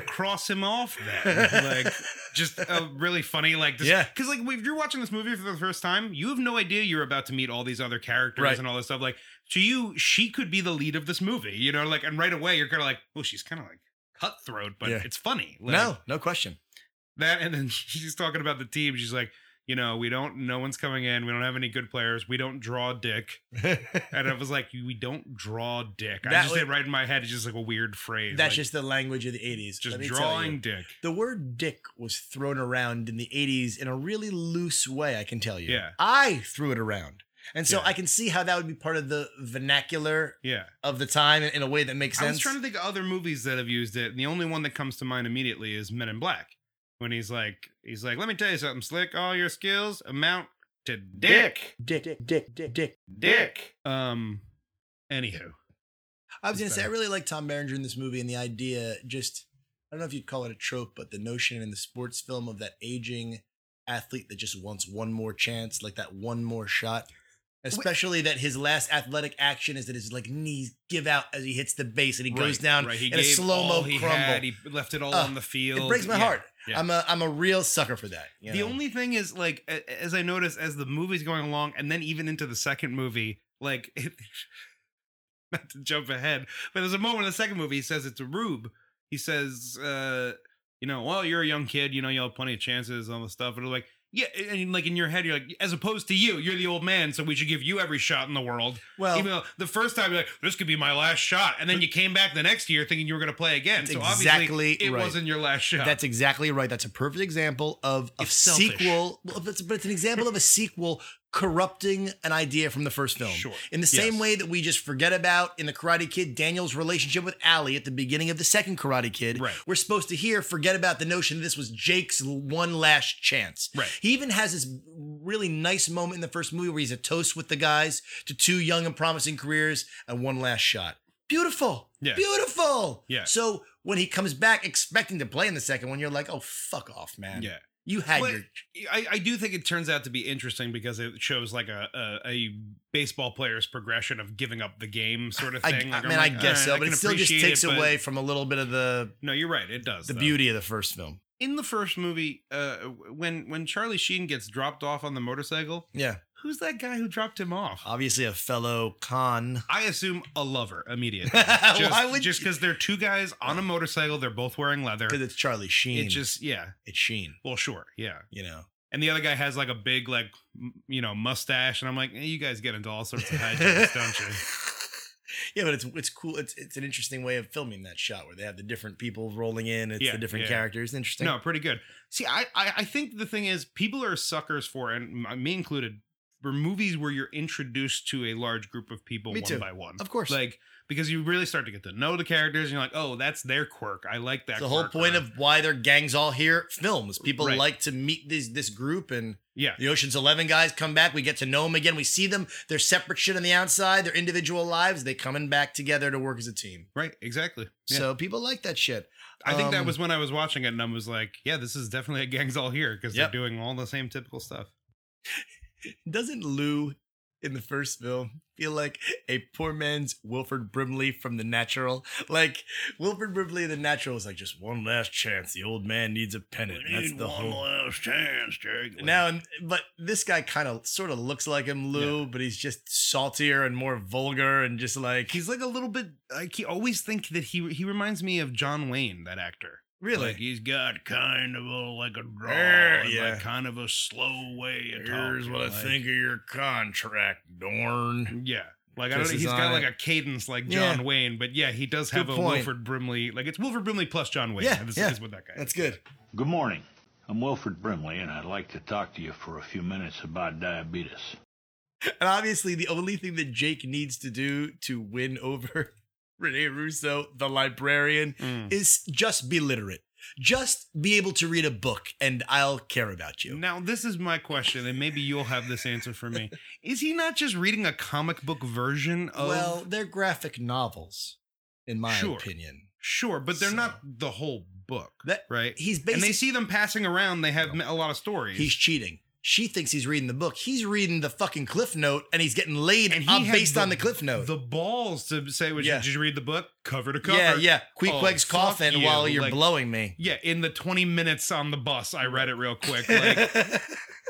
Speaker 3: Cross him off." Then, like, just a really funny like this,
Speaker 4: Yeah.
Speaker 3: because like if you're watching this movie for the first time you have no idea you're about to meet all these other characters
Speaker 4: Right.
Speaker 3: and all this stuff like to you she could be the lead of this movie you know like and right away you're kind of like oh she's kind of like cutthroat but
Speaker 4: Yeah.
Speaker 3: it's funny like,
Speaker 4: no, no question.
Speaker 3: that and then she's talking about the team she's like you know we don't no one's coming in we don't have any good players we don't draw dick and i was like we don't draw dick i
Speaker 4: That
Speaker 3: just
Speaker 4: was-
Speaker 3: did right in my head it's just like a weird phrase
Speaker 4: That's
Speaker 3: like,
Speaker 4: just the language of the 80s.
Speaker 3: just
Speaker 4: Let me tell you.
Speaker 3: drawing dick
Speaker 4: The word dick was thrown around in the 80s in a really loose way, I can tell you.
Speaker 3: Yeah.
Speaker 4: I threw it around. And so
Speaker 3: Yeah.
Speaker 4: I can see how that would be part of the vernacular
Speaker 3: yeah
Speaker 4: of the time in a way that makes
Speaker 3: I
Speaker 4: sense.
Speaker 3: was trying to think of other movies that have used it, and the only one that comes to mind immediately is Men in Black. When he's like, he's like, "Let me tell you something, Slick. All your skills amount to dick,
Speaker 4: dick, dick, dick, dick, dick.
Speaker 3: dick." Um. Anywho,
Speaker 4: I was going to say, I
Speaker 3: Exactly.
Speaker 4: really like Tom Berenger in this movie and the idea just, I don't know if you'd call it a trope, but the notion in the sports film of that aging athlete that just wants one more chance, like that one more shot. Especially that his last athletic action is that his like knees give out as he hits the base and he goes
Speaker 3: Right,
Speaker 4: down
Speaker 3: right,
Speaker 4: in a
Speaker 3: gave
Speaker 4: slow
Speaker 3: all
Speaker 4: mo
Speaker 3: he
Speaker 4: crumble.
Speaker 3: had, He left it all
Speaker 4: Ugh,
Speaker 3: on the field.
Speaker 4: it breaks my
Speaker 3: Yeah,
Speaker 4: heart.
Speaker 3: yeah.
Speaker 4: I'm a I'm a real sucker for that. you
Speaker 3: the
Speaker 4: know?
Speaker 3: only thing is, like, a- as I notice as the movie's going along, and then even into the second movie, like, it, not to jump ahead, but there's a moment in the second movie he says it's a rube. He says, uh, you know, well, you're a young kid, you know, you'll have plenty of chances, all this stuff. And it's like, Yeah, and like in your head, you're like, as opposed to you, you're the old man, so we should give you every shot in the world.
Speaker 4: Well-
Speaker 3: even though the first time you're like, this could be my last shot, and then you came back the next year thinking you were going to play again. So
Speaker 4: exactly
Speaker 3: obviously, it
Speaker 4: right.
Speaker 3: wasn't your last shot.
Speaker 4: That's exactly right. That's a perfect example of a
Speaker 3: It's selfish.
Speaker 4: sequel. Well, but it's, but it's an example of a sequel corrupting an idea from the first film.
Speaker 3: Sure.
Speaker 4: In the same way that we just forget about in the Karate Kid Daniel's relationship with Allie at the beginning of the second Karate Kid,
Speaker 3: Right.
Speaker 4: we're supposed to here forget about the notion that this was Jake's l- one last chance.
Speaker 3: Right.
Speaker 4: He even has this really nice moment in the first movie where he's a toast with the guys to two young and promising careers and one last shot. Beautiful.
Speaker 3: Yeah.
Speaker 4: Beautiful.
Speaker 3: Yeah.
Speaker 4: So when he comes back expecting to play in the second one, you're like, oh, fuck off, man.
Speaker 3: yeah.
Speaker 4: You had
Speaker 3: But
Speaker 4: your.
Speaker 3: I, I do think it turns out to be interesting because it shows like a, a, a baseball player's progression of giving up the game sort of
Speaker 4: I,
Speaker 3: thing.
Speaker 4: I
Speaker 3: Like, I'm
Speaker 4: mean,
Speaker 3: like,
Speaker 4: I guess
Speaker 3: "All right,
Speaker 4: so, but
Speaker 3: can
Speaker 4: it still just
Speaker 3: appreciate
Speaker 4: takes
Speaker 3: it, but-"
Speaker 4: away from a little bit of the
Speaker 3: No, you're right. It does.
Speaker 4: the
Speaker 3: though.
Speaker 4: beauty of the first film.
Speaker 3: in the first movie. Uh, when when Charlie Sheen gets dropped off on the motorcycle,
Speaker 4: Yeah.
Speaker 3: who's that guy who dropped him off?
Speaker 4: Obviously, a fellow con.
Speaker 3: I assume a lover immediately. just,
Speaker 4: Why would Uh,
Speaker 3: just because they're two guys on a motorcycle, they're both wearing leather.
Speaker 4: Because it's Charlie Sheen.
Speaker 3: It just yeah.
Speaker 4: it's Sheen.
Speaker 3: Well, sure, yeah.
Speaker 4: You know.
Speaker 3: And the other guy has like a big like m- you know mustache, and I'm like, eh, you guys get into all sorts of hijinks, don't you?
Speaker 4: Yeah, but it's it's cool. It's it's an interesting way of filming that shot where they have the different people rolling in. It's
Speaker 3: Yeah,
Speaker 4: the different
Speaker 3: yeah.
Speaker 4: characters. Interesting.
Speaker 3: No, pretty good. See, I, I I think the thing is, people are suckers for, and m- uh, me included, for movies where you're introduced to a large group of people
Speaker 4: Me
Speaker 3: one
Speaker 4: too.
Speaker 3: by one.
Speaker 4: Of course.
Speaker 3: like because you really start to get to know the characters, and you're like, oh, that's their quirk. I like that.
Speaker 4: the whole
Speaker 3: quirk,"
Speaker 4: point
Speaker 3: or-
Speaker 4: of why their gangs all here films. People
Speaker 3: Right.
Speaker 4: like to meet these this group and
Speaker 3: yeah,
Speaker 4: The Ocean's Eleven guys come back. We get to know them again. We see them. They're separate shit on the outside. Their individual lives. They coming back together to work as a team.
Speaker 3: right, exactly. Yeah.
Speaker 4: So people like that shit.
Speaker 3: I think that
Speaker 4: Um,
Speaker 3: was when I was watching it, and I was like, yeah, this is definitely a gangs all here because
Speaker 4: Yep.
Speaker 3: they're doing all the same typical stuff.
Speaker 4: Doesn't Lou in the first film feel like a poor man's Wilford Brimley from The Natural? Like Wilford Brimley in The Natural is like just one last chance. The old man needs a pennant. That's the whole.
Speaker 3: last chance, Jake.
Speaker 4: Now, but this guy kind of sort of looks like him, Lou, but he's just saltier and more vulgar and just like
Speaker 3: he's like a little bit. Like he always think that he he reminds me of John Wayne, that actor.
Speaker 4: really.
Speaker 3: Like he's got kind of a like a draw,
Speaker 4: Yeah,
Speaker 3: and,
Speaker 4: yeah.
Speaker 3: like kind of a slow way. Of talking, like- Mm,
Speaker 4: of your contract, Dorn.
Speaker 3: Yeah, like I don't.
Speaker 4: This
Speaker 3: know,
Speaker 4: is
Speaker 3: He's got
Speaker 4: on
Speaker 3: like
Speaker 4: it.
Speaker 3: a cadence like
Speaker 4: Yeah.
Speaker 3: John Wayne, but yeah, he does have
Speaker 4: Good
Speaker 3: a
Speaker 4: point.
Speaker 3: Wilford Brimley. Like it's Wilford Brimley plus John Wayne.
Speaker 4: Yeah,
Speaker 3: this
Speaker 4: yeah.
Speaker 3: is what that guy.
Speaker 4: That's
Speaker 3: is.
Speaker 4: good.
Speaker 11: Good morning. I'm Wilfred Brimley, and I'd like to talk to you for a few minutes about diabetes.
Speaker 4: And obviously, the only thing that Jake needs to do to win over Rene Russo, the librarian,
Speaker 3: Mm.
Speaker 4: is just be literate. Just be able to read a book, and I'll care about you.
Speaker 3: Now this is my question, and maybe you'll have this answer for me. Is he not just reading a comic book version of?
Speaker 4: well, they're graphic novels, in my
Speaker 3: Sure.
Speaker 4: opinion.
Speaker 3: sure, but they're
Speaker 4: so-
Speaker 3: not the whole book,
Speaker 4: That-
Speaker 3: right?
Speaker 4: he's
Speaker 3: and they
Speaker 4: basic-
Speaker 3: see them passing around. They have a lot of stories.
Speaker 4: He's cheating. She thinks he's reading the book. He's reading the fucking cliff note, and he's getting laid
Speaker 3: and he
Speaker 4: uh,
Speaker 3: had
Speaker 4: based on the cliff note.
Speaker 3: The balls to say, "Was
Speaker 4: Yeah.
Speaker 3: you, did you read the book cover to cover?" Oh,
Speaker 4: yeah, yeah. Queequeg's
Speaker 3: Queequeg's
Speaker 4: coffin while you're blowing me.
Speaker 3: Yeah, in the 20 minutes on the bus, I read it real quick. Like,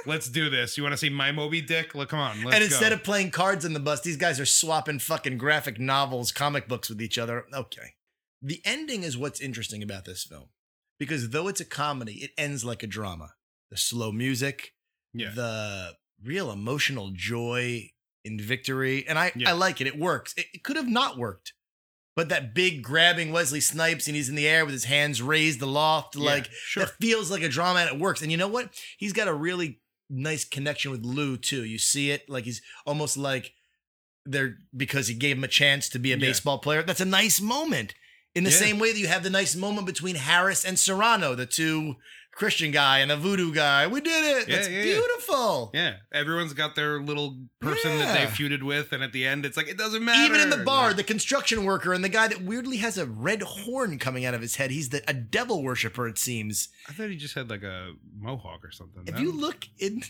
Speaker 3: let's do this. You want to see my Moby Dick? Look, come on. Let's
Speaker 4: and instead
Speaker 3: go.
Speaker 4: of playing cards on the bus, these guys are swapping fucking graphic novels, comic books with each other. Okay. The ending is what's interesting about this film because though it's a comedy, it ends like a drama. The slow music,
Speaker 3: yeah,
Speaker 4: the real emotional joy in victory. And I,
Speaker 3: Yeah.
Speaker 4: I like it. It works. It, it could have not worked. But that big grabbing Wesley Snipes and he's in the air with his hands raised aloft,
Speaker 3: Yeah,
Speaker 4: like
Speaker 3: sure.
Speaker 4: that feels like a drama and it works. And you know what? He's got a really nice connection with Lou too. You see it like he's almost like they're because he gave him a chance to be a
Speaker 3: Yeah.
Speaker 4: baseball player. That's a nice moment. In the
Speaker 3: Yeah.
Speaker 4: same way that you have the nice moment between Harris and Serrano, the two Christian guy and the voodoo guy. We did it.
Speaker 3: Yeah,
Speaker 4: That's
Speaker 3: yeah, yeah.
Speaker 4: beautiful.
Speaker 3: yeah. Everyone's got their little person that they
Speaker 4: Yeah.
Speaker 3: feuded with, and at the end, it's like it doesn't matter.
Speaker 4: Even in the bar,
Speaker 3: Like,
Speaker 4: the construction worker and the guy that weirdly has a red horn coming out of his head. He's the, a devil worshiper, it seems.
Speaker 3: I thought he just had like a mohawk or something.
Speaker 4: If
Speaker 3: no?
Speaker 4: you look in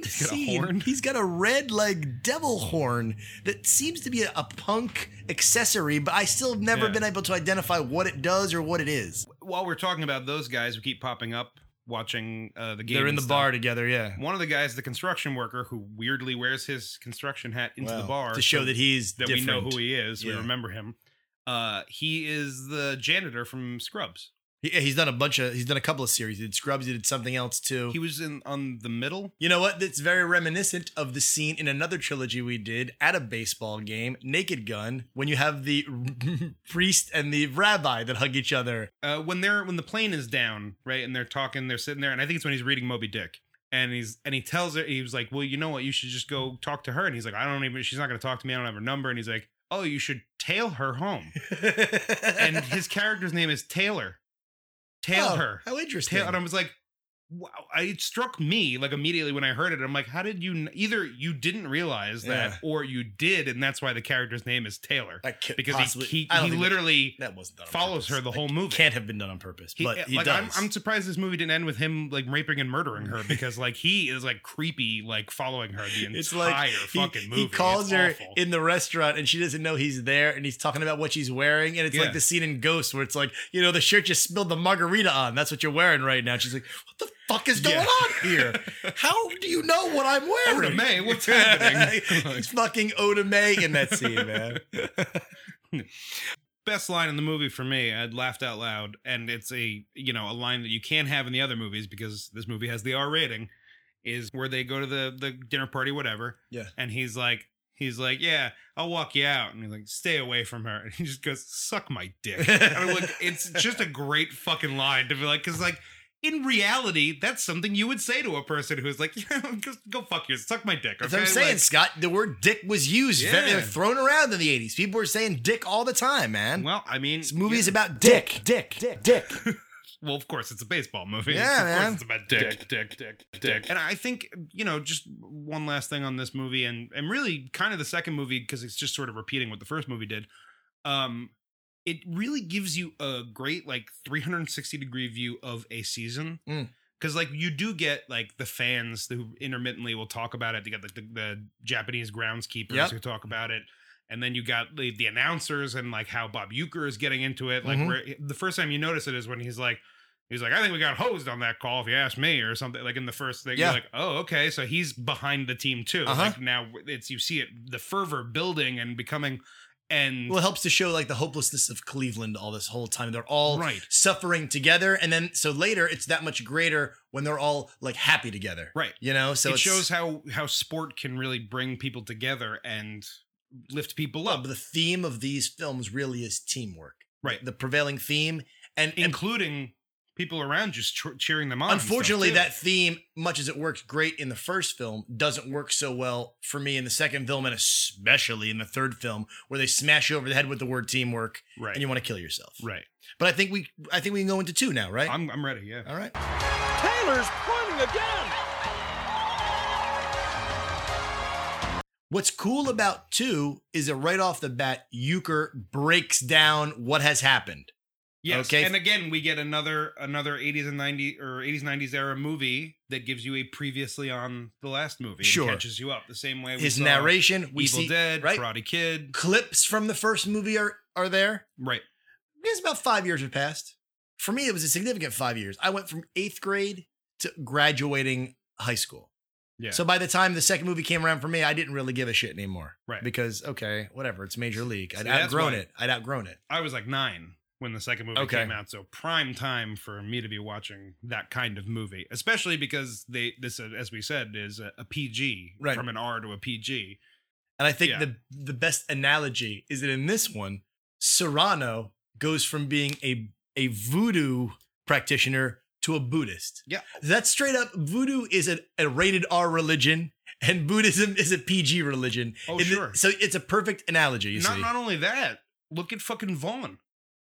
Speaker 3: got a
Speaker 4: the scene,
Speaker 3: horn?
Speaker 4: he's got a red like devil horn that seems to be a, a punk accessory, but I still have never
Speaker 3: Yeah.
Speaker 4: been able to identify what it does or what it is.
Speaker 3: while we're talking about those guys who keep popping up watching uh, the game,
Speaker 4: They're in
Speaker 3: and
Speaker 4: the
Speaker 3: stuff,
Speaker 4: bar together, yeah.
Speaker 3: One of the guys, the construction worker, who weirdly wears his construction hat into the
Speaker 4: Wow.
Speaker 3: bar
Speaker 4: to show
Speaker 3: so
Speaker 4: that he's
Speaker 3: that
Speaker 4: different.
Speaker 3: we know who he is.
Speaker 4: Yeah.
Speaker 3: We remember him. Uh, he is the janitor from Scrubs.
Speaker 4: Yeah, he's done a bunch of he's done a couple of series. He did Scrubs, he did something else too.
Speaker 3: He was in on the middle.
Speaker 4: You know what? That's very reminiscent of the scene in another trilogy we did at a baseball game, Naked Gun, when you have the priest and the rabbi that hug each other.
Speaker 3: Uh, when they're when the plane is down, right, and they're talking, they're sitting there, and I think it's when he's reading Moby Dick, and he's and he tells her he was like, well, you know what, you should just go talk to her, and he's like, I don't even, she's not going to talk to me, I don't have her number, and he's like, oh, you should tail her home, and his character's name is Taylor, tail
Speaker 4: Oh,
Speaker 3: her,
Speaker 4: How interesting.
Speaker 3: tail, and I was like. Wow, I- it struck me like immediately when I heard it. I'm like, how did you? kn- Either you didn't realize that,
Speaker 4: Yeah.
Speaker 3: or you did, and that's why the character's name is Taylor.
Speaker 4: That could
Speaker 3: because
Speaker 4: possibly-
Speaker 3: he
Speaker 4: I
Speaker 3: he,
Speaker 4: don't
Speaker 3: he
Speaker 4: think that-
Speaker 3: literally
Speaker 4: that wasn't done on
Speaker 3: follows
Speaker 4: purpose.
Speaker 3: her the
Speaker 4: That
Speaker 3: whole movie.
Speaker 4: Can't have been done on purpose,
Speaker 3: He-
Speaker 4: but he
Speaker 3: like,
Speaker 4: does.
Speaker 3: I'm, I'm surprised this movie didn't end with him like raping and murdering her because like he is like creepy, like following her the entire
Speaker 4: it's like he,
Speaker 3: fucking movie.
Speaker 4: he calls
Speaker 3: It's
Speaker 4: her
Speaker 3: awful.
Speaker 4: in the restaurant and she doesn't know he's there and he's talking about what she's wearing and it's
Speaker 3: Yeah.
Speaker 4: like the scene in Ghost where it's like you know the shirt just spilled the margarita on that's what you're wearing right now And she's like what the fuck is going
Speaker 3: Yeah.
Speaker 4: on here how do you know what I'm
Speaker 3: Oda
Speaker 4: wearing
Speaker 3: May, what's happening?
Speaker 4: it's fucking Oda May in that scene man
Speaker 3: Best line in the movie for me, I'd laughed out loud, and it's a you know a line that you can't have in the other movies because this movie has the R rating. Is where they go to the the dinner party, whatever.
Speaker 4: Yeah.
Speaker 3: and he's like. He's like, yeah, I'll walk you out, and he's like, stay away from her, and he just goes, suck my dick. And I'm like, it's just a great fucking line to be like, because like in reality, that's something you would say to a person who's like, yeah, just go fuck yours, suck my dick.
Speaker 4: That's what I'm
Speaker 3: okay?
Speaker 4: saying,
Speaker 3: Like,
Speaker 4: Scott. The word "dick" was used,
Speaker 3: Yeah.
Speaker 4: very, thrown around in the '80s. People were saying "dick" all the time, man.
Speaker 3: well, I mean,
Speaker 4: this movie is about dick, dick, dick, dick.
Speaker 3: Well, of course, it's a baseball movie.
Speaker 4: Yeah,
Speaker 3: of
Speaker 4: man.
Speaker 3: course, it's about dick, dick, dick, dick. And I think you know, just one last thing on this movie, and and really kind of the second movie because it's just sort of repeating what the first movie did. Um, it really gives you a great like 360 degree view of a season.
Speaker 4: Mm.
Speaker 3: Cause like you do get like the fans who intermittently will talk about it. You got like the, the Japanese groundskeepers
Speaker 4: Yep.
Speaker 3: who talk about it, and then you got the, the announcers and like how Bob Euchre is getting into it. Like
Speaker 4: Mhm.
Speaker 3: where the first time you notice it is when he's like, he's like, I think we got hosed on that call if you ask me or something. Like in the first thing,
Speaker 4: Yeah.
Speaker 3: you're like, oh okay, so he's behind the team too.
Speaker 4: Uh-huh.
Speaker 3: Like now it's you see it the fervor building and becoming, and
Speaker 4: Well, it helps to show like the hopelessness of Cleveland all this whole time. They're all
Speaker 3: Right.
Speaker 4: suffering together, and then so later it's that much greater when they're all like happy together.
Speaker 3: Right.
Speaker 4: You know, so
Speaker 3: it
Speaker 4: it's-
Speaker 3: shows how how sport can really bring people together and lift people
Speaker 4: Well,
Speaker 3: up,
Speaker 4: but the theme of these films really is teamwork.
Speaker 3: Right.
Speaker 4: The prevailing theme, and, and
Speaker 3: including people around just ch- cheering them on. and stuff,
Speaker 4: unfortunately,
Speaker 3: too.
Speaker 4: that theme, much as it works great in the first film, doesn't work so well for me in the second film, and especially in the third film, where they smash you over the head with the word teamwork,
Speaker 3: Right.
Speaker 4: and you want to kill yourself.
Speaker 3: right.
Speaker 4: But I think we, I think we can go into two now, right?
Speaker 3: I'm I'm ready. Yeah.
Speaker 4: all right.
Speaker 6: Taylor's pointing again.
Speaker 4: What's cool about two is that right off the bat, Euchre breaks down what has happened.
Speaker 3: Yes.
Speaker 4: Okay.
Speaker 3: And again, we get another another 80s and 90s or 80s 90s era movie that gives you a previously on the last movie. and
Speaker 4: Sure.
Speaker 3: catches you up the same way. We
Speaker 4: His
Speaker 3: saw
Speaker 4: narration, we
Speaker 3: Evil
Speaker 4: see
Speaker 3: Dead,
Speaker 4: right
Speaker 3: Karate Kid.
Speaker 4: clips from the first movie are are there.
Speaker 3: Right.
Speaker 4: I guess about five years have passed. For me, it was a significant five years. I went from eighth grade to graduating high school.
Speaker 3: Yeah.
Speaker 4: So by the time the second movie came around for me, I didn't really give a shit anymore.
Speaker 3: Right.
Speaker 4: Because okay, whatever, it's major league. I'd
Speaker 3: See, that's
Speaker 4: outgrown
Speaker 3: why-
Speaker 4: it. I'd outgrown it.
Speaker 3: I was like nine when the second movie
Speaker 4: Okay.
Speaker 3: came out, so prime time for me to be watching that kind of movie, especially because they this, uh, as we said, is a, a PG
Speaker 4: Right.
Speaker 3: from an R to a PG.
Speaker 4: And I think
Speaker 3: Yeah.
Speaker 4: the the best analogy is that in this one, Serrano goes from being a a voodoo practitioner to a Buddhist.
Speaker 3: Yeah.
Speaker 4: That's straight up voodoo is a, a rated R religion and Buddhism is a PG religion.
Speaker 3: Oh,
Speaker 4: And the-
Speaker 3: sure.
Speaker 4: so it's a perfect analogy, you
Speaker 3: not
Speaker 4: see.
Speaker 3: not only that, look at fucking Vaughn,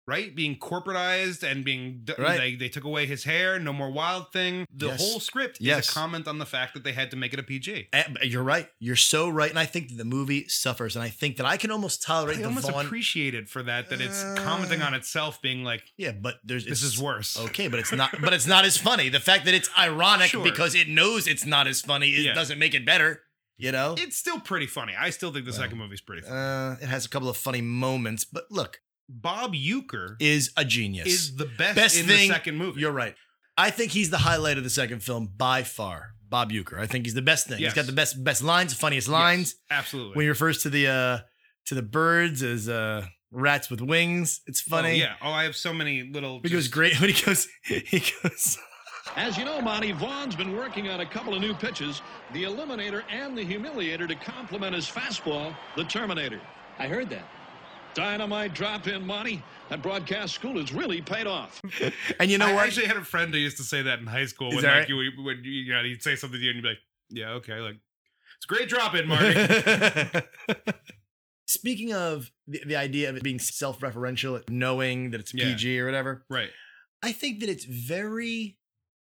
Speaker 3: right? Being corporatized and being d-
Speaker 4: Right.
Speaker 3: they they took away his hair, no more wild thing. The
Speaker 4: Yes.
Speaker 3: whole script is
Speaker 4: Yes.
Speaker 3: a comment on the fact that they had to make it a PG.
Speaker 4: Eh, but You're right. You're so right. And I think that the movie suffers. And I think that I can almost tolerate
Speaker 3: I
Speaker 4: the
Speaker 3: almost
Speaker 4: Vaughn.
Speaker 3: appreciate it for that that it's commenting on itself, being like,
Speaker 4: yeah, but there's
Speaker 3: "This
Speaker 4: it's-
Speaker 3: is worse."
Speaker 4: Okay, but it's not. But it's not as funny. The fact that it's ironic
Speaker 3: Sure.
Speaker 4: because it knows it's not as funny, it
Speaker 3: Yeah.
Speaker 4: doesn't make it better. You know,
Speaker 3: It's still pretty funny. I still think the second movie's pretty funny.
Speaker 4: uh, it has a couple of funny moments. But look,
Speaker 3: Bob Euchre
Speaker 4: is a genius.
Speaker 3: is the best,
Speaker 4: best
Speaker 3: in
Speaker 4: thing.
Speaker 3: the second movie.
Speaker 4: You're right. I think he's the highlight of the second film by far. Bob Euchre. I think he's the best thing.
Speaker 3: Yes.
Speaker 4: He's got the best best lines, funniest lines.
Speaker 3: Yes, absolutely.
Speaker 4: When he refers to the uh to the birds as uh rats with wings. It's funny.
Speaker 3: Oh, yeah. Oh, I have so many little.
Speaker 4: But He goes great when he goes. He goes.
Speaker 12: As you know, Monty, Vaughn's been working on a couple of new pitches the Eliminator and the Humiliator to complement his fastball, the Terminator. I heard that. Dynamite drop in, Monty. That broadcast school has really paid off.
Speaker 4: And you know
Speaker 3: I
Speaker 4: what?
Speaker 3: actually had a friend who used to say that in high school.
Speaker 4: Is
Speaker 3: When,
Speaker 4: that
Speaker 3: like,
Speaker 4: right?
Speaker 3: you, when you, you know, he'd say something to you and you'd be like, yeah, okay. Like, it's a great drop in, Marty.
Speaker 4: Speaking of the, the idea of it being self-referential, knowing that it's
Speaker 3: Yeah.
Speaker 4: PG or whatever,
Speaker 3: right.
Speaker 4: I think that it's very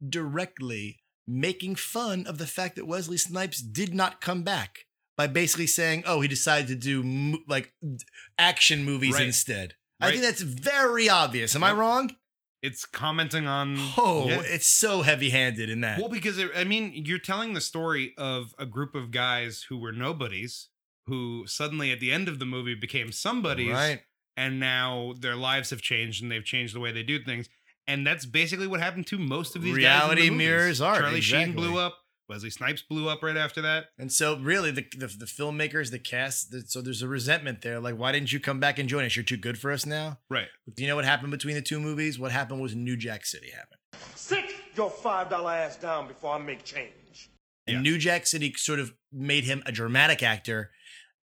Speaker 4: directly making fun of the fact that Wesley Snipes did not come back by basically saying, "Oh, he decided to do mo- like d- action movies
Speaker 3: Right.
Speaker 4: instead." I
Speaker 3: Right.
Speaker 4: think that's very obvious. Am I wrong?
Speaker 3: It's commenting on.
Speaker 4: Oh,
Speaker 3: Mm-hmm. Yeah.
Speaker 4: it's so heavy-handed in that.
Speaker 3: Well, because it, I mean, you're telling the story of a group of guys who were nobodies who suddenly at the end of the movie became somebodies.
Speaker 4: Right.
Speaker 3: And now their lives have changed and they've changed the way they do things. And that's basically what happened to most of these guys.
Speaker 4: Reality
Speaker 3: in the movies.
Speaker 4: mirrors art,
Speaker 3: Charlie Sheen
Speaker 4: exactly.
Speaker 3: blew up. Wesley Snipes blew up right after that.
Speaker 4: And so, really, the the, the filmmakers, the cast, the, so there's a resentment there. Like, why didn't you come back and join us? You're too good for us now.
Speaker 3: Right.
Speaker 4: Do you know what happened between the two movies? What happened was New Jack City happened.
Speaker 13: Sit your five dollar ass down before I make change.
Speaker 4: And New Jack City sort of made him a dramatic actor,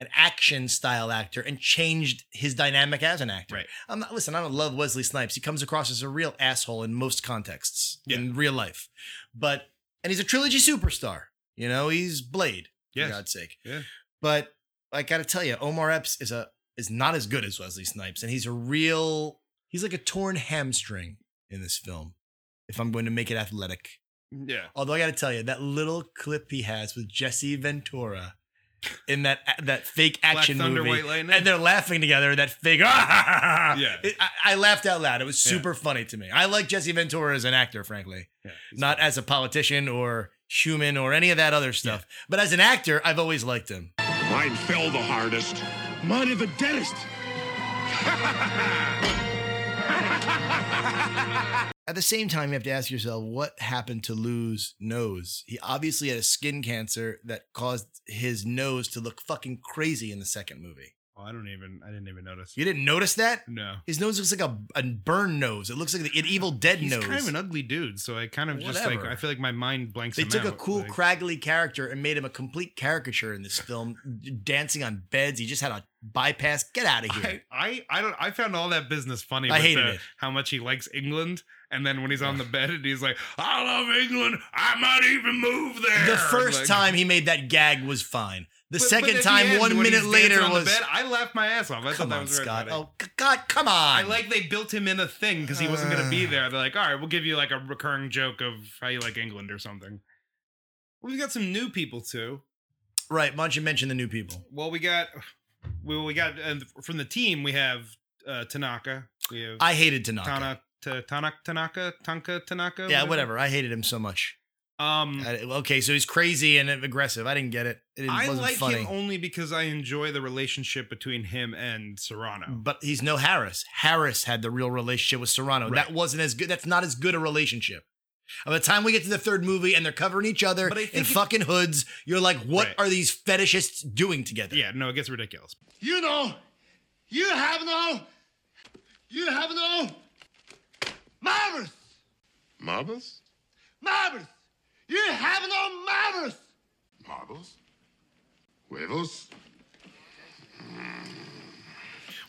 Speaker 4: an action style actor, and changed his dynamic as an actor. Right. I'm not listen, I don't love Wesley Snipes. He comes across as a real asshole in most contexts in real life. But and he's a trilogy superstar. You know, he's Blade,
Speaker 3: Yes.
Speaker 4: for God's sake.
Speaker 3: Yeah.
Speaker 4: But I gotta tell you, Omar Epps is a is not as good as Wesley Snipes, and he's a real he's like a torn hamstring in this film. If I'm going to make it athletic.
Speaker 3: Yeah.
Speaker 4: Although I got to tell you, that little clip he has with Jesse Ventura in that that fake
Speaker 3: Black
Speaker 4: action
Speaker 3: Thunder,
Speaker 4: movie,
Speaker 3: White Lightning?
Speaker 4: and they're laughing together. That Ah, fake, yeah.
Speaker 3: Yeah.
Speaker 4: I, I laughed out loud. It was super funny to me. I like Jesse Ventura as an actor, frankly, not as a politician or human or any of that other stuff. But as an actor, I've always liked him.
Speaker 14: Mine fell the hardest. Mine are the deadest.
Speaker 4: At the same time, you have to ask yourself what happened to Lou's nose. He obviously had a skin cancer that caused his nose to look fucking crazy in the second movie.
Speaker 3: Oh, I don't even. I didn't even notice.
Speaker 4: You didn't notice that?
Speaker 3: No.
Speaker 4: His nose looks like a, a burn nose. It looks like an Evil Dead
Speaker 3: He's
Speaker 4: nose.
Speaker 3: kind of an ugly dude, so I kind of just like
Speaker 4: Whatever.
Speaker 3: I feel like my mind blanks.
Speaker 4: they
Speaker 3: him
Speaker 4: took a
Speaker 3: out,
Speaker 4: cool,
Speaker 3: like-
Speaker 4: craggly character and made him a complete caricature in this film, dancing on beds. He just had a bypass. Get out of here.
Speaker 3: I I don't I found all that business funny.
Speaker 4: I
Speaker 3: with
Speaker 4: hated
Speaker 3: the-
Speaker 4: it.
Speaker 3: How much he likes England, and then when he's on the bed and he's like, "I love England. I might even move there."
Speaker 4: the first
Speaker 3: Like-
Speaker 4: time he made that gag was fine. The
Speaker 3: But- but
Speaker 4: second
Speaker 3: at
Speaker 4: time,
Speaker 3: end,
Speaker 4: one
Speaker 3: when he's
Speaker 4: minute later,
Speaker 3: dancing on the
Speaker 4: was.
Speaker 3: bed, I laughed my ass off. I thought
Speaker 4: Come
Speaker 3: that
Speaker 4: on,
Speaker 3: was very
Speaker 4: Scott.
Speaker 3: funny.
Speaker 4: Oh, g- God, come on.
Speaker 3: I like they built him in a thing because he wasn't going to be there. They're like, all right, we'll give you like a recurring joke of how you like England or something. We've got some new people too.
Speaker 4: Right, why don't you mention the new people?
Speaker 3: Well, we got, well, we got and from the team we have uh, Tanaka. We have
Speaker 4: I hated Tanaka.
Speaker 3: Tana, Ta- Tanaka Tanaka Tanka Tanaka.
Speaker 4: Yeah, whatever. I hated him so much.
Speaker 3: Um,
Speaker 4: I- okay, so he's crazy and aggressive. I didn't get it. It
Speaker 3: I
Speaker 4: wasn't
Speaker 3: like
Speaker 4: funny.
Speaker 3: him only because I enjoy the relationship between him and Serrano.
Speaker 4: But he's no Harris. Harris had the real relationship with Serrano. That wasn't as good. That's not as good a relationship. By the time we get to the third movie and they're covering each other
Speaker 3: But I
Speaker 4: in
Speaker 3: think it-
Speaker 4: fucking hoods, you're like, what are these fetishists doing together?
Speaker 3: Yeah, no, it gets ridiculous.
Speaker 14: You know, you have no, you have no marbles. Marbles? Marbles. You have no marbles. Marbles? Huevos?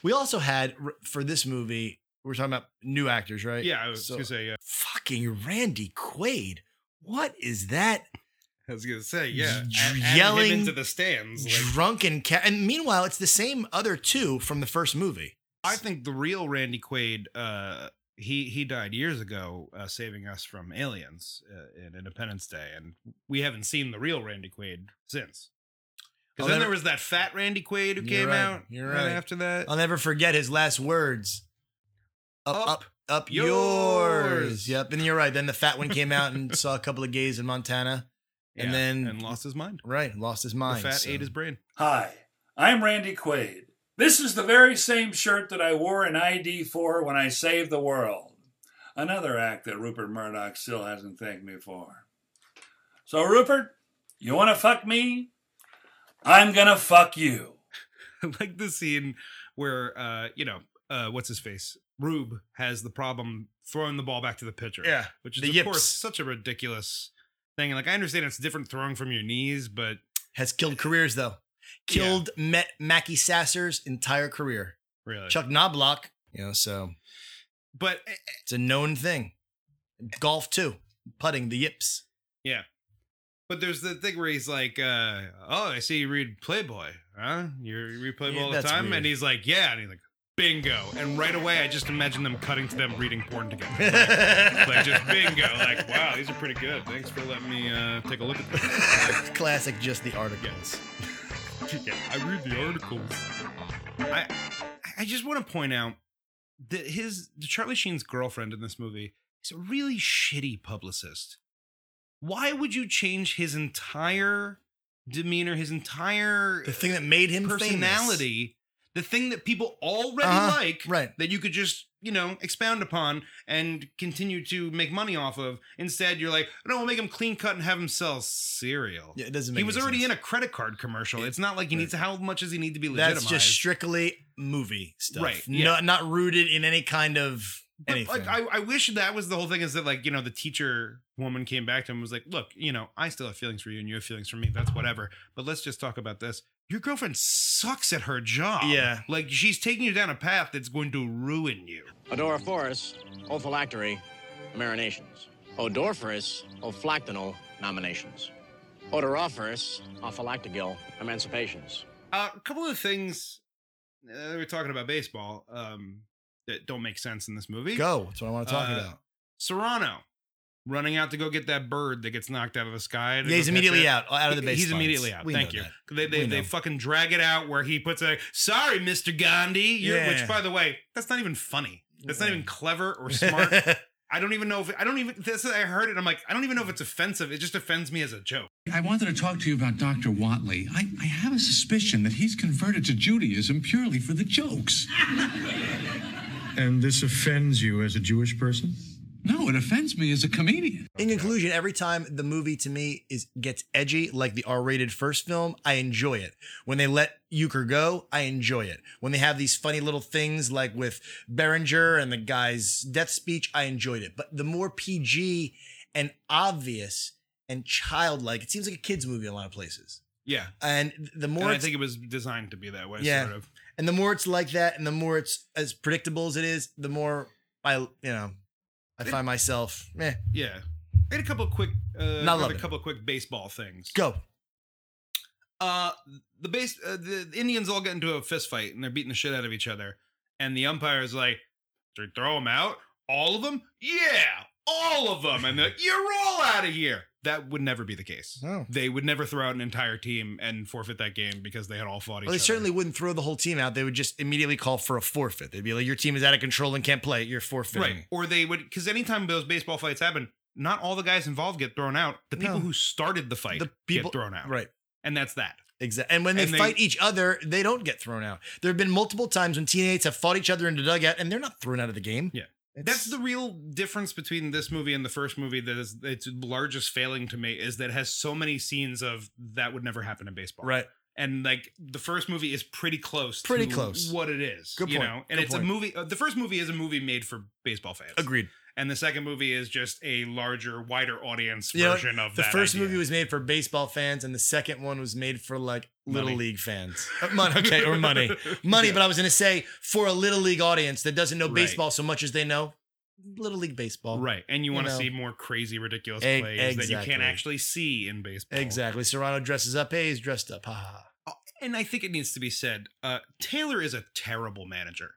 Speaker 4: We also had r- for this movie, we're talking about new actors, right?
Speaker 3: Yeah, I was
Speaker 4: So-
Speaker 3: gonna say yeah.
Speaker 4: Fucking Randy Quaid. What is that?
Speaker 3: I was gonna say yeah.
Speaker 4: Dr-
Speaker 3: add- add him
Speaker 4: yelling,
Speaker 3: into the stands. like-
Speaker 4: Drunken cat. And meanwhile, it's the same other two from the first movie.
Speaker 3: I think the real Randy Quaid, uh, he he died years ago, uh, saving us from aliens uh, in Independence Day, and we haven't seen the real Randy Quaid since.
Speaker 4: I'll
Speaker 3: Because then
Speaker 4: never-
Speaker 3: there was that fat Randy Quaid who
Speaker 4: Oh, You're
Speaker 3: came
Speaker 4: right,
Speaker 3: out.
Speaker 4: you're
Speaker 3: right
Speaker 4: right.
Speaker 3: after that.
Speaker 4: I'll never forget his last words. Up, up, up, yours.
Speaker 3: yours.
Speaker 4: Yep. And you're right. Then the fat one came out and saw a couple of gays in Montana.
Speaker 3: Yeah,
Speaker 4: And then
Speaker 3: and lost his mind.
Speaker 4: Right. Lost his mind.
Speaker 3: the fat
Speaker 4: so-
Speaker 3: ate his brain.
Speaker 5: Hi, I'm Randy Quaid. This is the very same shirt that I wore in ID 4 when I saved the world. Another act that Rupert Murdoch still hasn't thanked me for. So, Rupert, you want to fuck me? I'm going to fuck you.
Speaker 3: like the scene where uh you know uh, what's his face? Rube has the problem throwing the ball back to the pitcher.
Speaker 4: Yeah,
Speaker 3: Which is,
Speaker 4: the
Speaker 3: of course,
Speaker 4: yips.
Speaker 3: such a ridiculous thing. And like, I understand it's different throwing from your knees, but
Speaker 4: Has killed careers though. Killed Met Mackie Sasser's entire career.
Speaker 3: really.
Speaker 4: Chuck Knoblock, you know, so
Speaker 3: But eh,
Speaker 4: it's a known thing. Golf too. Putting the yips.
Speaker 3: Yeah. But there's the thing where he's like, uh, oh, I see you read Playboy, huh? You read Playboy
Speaker 4: Yeah,
Speaker 3: all the
Speaker 4: that's
Speaker 3: time?
Speaker 4: weird.
Speaker 3: And he's like, yeah. And he's like, bingo. And right away, I just imagine them cutting to them reading porn together. Like, like, just bingo. Like, wow, these are pretty good. Thanks for letting me uh, take a look at this.
Speaker 4: Classic just the articles.
Speaker 3: yeah, I read the articles. I, I just want to point out that his, the Charlie Sheen's girlfriend in this movie is a really shitty publicist. why would you change his entire demeanor, his entire
Speaker 4: The thing that made him famous.
Speaker 3: personality, the thing that people already
Speaker 4: Uh-huh,
Speaker 3: like,
Speaker 4: right.
Speaker 3: that you could just you know expound upon and continue to make money off of? Instead, you're like, no, we'll make him clean cut and have him sell cereal.
Speaker 4: Yeah, it doesn't make
Speaker 3: He was
Speaker 4: any
Speaker 3: already
Speaker 4: sense.
Speaker 3: in a credit card commercial. It's not like he needs how much does he need to be legitimized?
Speaker 4: That's just strictly movie stuff.
Speaker 3: Right,
Speaker 4: No,
Speaker 3: yeah.
Speaker 4: not rooted in any kind of
Speaker 3: But,
Speaker 4: anything.
Speaker 3: like I, I wish that was the whole thing is that like you know the teacher woman came back to him and was like look you know i still have feelings for you and you have feelings for me that's whatever but let's just talk about this your girlfriend sucks at her job
Speaker 4: Yeah.
Speaker 3: like she's taking you down a path that's going to ruin you
Speaker 15: Odora Forest, olfactory marinations. Odorferous, olfactinal nominations. Odoriferous, olfactigil emancipations.
Speaker 3: uh, a couple of things uh, that we're talking about baseball um that don't make sense in this movie
Speaker 4: Go. That's what I want to talk
Speaker 3: Uh,
Speaker 4: about.
Speaker 3: serrano running out to go get that bird that gets knocked out of the sky to
Speaker 4: Yeah, he's
Speaker 3: go catch
Speaker 4: immediately
Speaker 3: it.
Speaker 4: out- out of the
Speaker 3: He- he's
Speaker 4: baselines.
Speaker 3: immediately out
Speaker 4: We
Speaker 3: thank
Speaker 4: know
Speaker 3: you
Speaker 4: that.
Speaker 3: they, they,
Speaker 4: We
Speaker 3: they
Speaker 4: know.
Speaker 3: fucking drag it out where he puts a sorry mr gandhi you're-"
Speaker 4: Yeah.
Speaker 3: which by the way that's not even funny that's not even clever or smart i don't even know if i don't even this i heard it i'm like i don't even know if it's offensive it just offends me as a joke
Speaker 14: I wanted to talk to you about Dr. Watley. I, I have a suspicion that he's converted to Judaism purely for the jokes.
Speaker 16: And this offends you as a Jewish person?
Speaker 14: No, it offends me as a comedian.
Speaker 4: In conclusion, every time the movie to me is gets edgy, like the R-rated first film, I enjoy it. When they let Euchre go, I enjoy it. When they have these funny little things like with Berenger and the guy's death speech, I enjoyed it. But the more PG and obvious and childlike, it seems like a kids movie in a lot of places.
Speaker 3: yeah
Speaker 4: And the more
Speaker 3: and i
Speaker 4: it's-
Speaker 3: think it was designed to be that way
Speaker 4: yeah,
Speaker 3: sort of
Speaker 4: and the more it's like that, and the more it's as predictable as it is, the more I you know I find myself meh.
Speaker 3: yeah i had a couple of quick uh
Speaker 4: Not
Speaker 3: a
Speaker 4: loving it.
Speaker 3: couple of quick baseball things
Speaker 4: Go.
Speaker 3: Uh, the base, uh, the the Indians all get into a fist fight and they're beating the shit out of each other. And the umpire is like, "Should we throw them out? All of them? Yeah, all of them. And they're like, you're all out of here. That would never be the case.
Speaker 4: Oh.
Speaker 3: They would never throw out an entire team and forfeit that game because they had all fought each
Speaker 4: Well, they
Speaker 3: other.
Speaker 4: certainly wouldn't throw the whole team out. They would just immediately call for a forfeit. They'd be like, "Your team is out of control and can't play. You're forfeiting."
Speaker 3: Right. Or they would, because anytime those baseball fights happen, not all the guys involved get thrown out. The people
Speaker 4: No.
Speaker 3: who started the fight
Speaker 4: The people-
Speaker 3: get thrown out.
Speaker 4: Right.
Speaker 3: And that's that.
Speaker 4: Exactly. And when they
Speaker 3: And they-
Speaker 4: fight each other, they don't get thrown out. There have been multiple times when teammates have fought each other in the dugout, and they're not thrown out of the game.
Speaker 3: Yeah.
Speaker 4: It's-
Speaker 3: That's the real difference between this movie and the first movie that is its largest failing to me is that it has so many scenes of that would never happen in baseball.
Speaker 4: Right.
Speaker 3: And like the first movie is pretty close
Speaker 4: Pretty
Speaker 3: to
Speaker 4: close.
Speaker 3: what it is.
Speaker 4: Good
Speaker 3: You
Speaker 4: point.
Speaker 3: know, and
Speaker 4: Good
Speaker 3: it's
Speaker 4: point.
Speaker 3: a movie uh, the first movie is a movie made for baseball fans.
Speaker 4: Agreed.
Speaker 3: And the second movie is just a larger, wider audience
Speaker 4: You know,
Speaker 3: version of
Speaker 4: the
Speaker 3: that
Speaker 4: first
Speaker 3: idea.
Speaker 4: movie was made for baseball fans, and the second one was made for like little
Speaker 3: Money.
Speaker 4: league fans. Uh, Money, okay, or money, money. But I was gonna say for a little league audience that doesn't know
Speaker 3: Right.
Speaker 4: baseball so much as they know little league baseball.
Speaker 3: Right. And you want to
Speaker 4: know.
Speaker 3: see more crazy, ridiculous
Speaker 4: Eg-
Speaker 3: plays that you
Speaker 4: exactly.
Speaker 3: can't actually see in baseball. Uh,
Speaker 4: Exactly. Serrano dresses up. Hey, he's dressed up. Ha ha. ha.
Speaker 3: And I think it needs to be said, uh, Taylor is a terrible manager.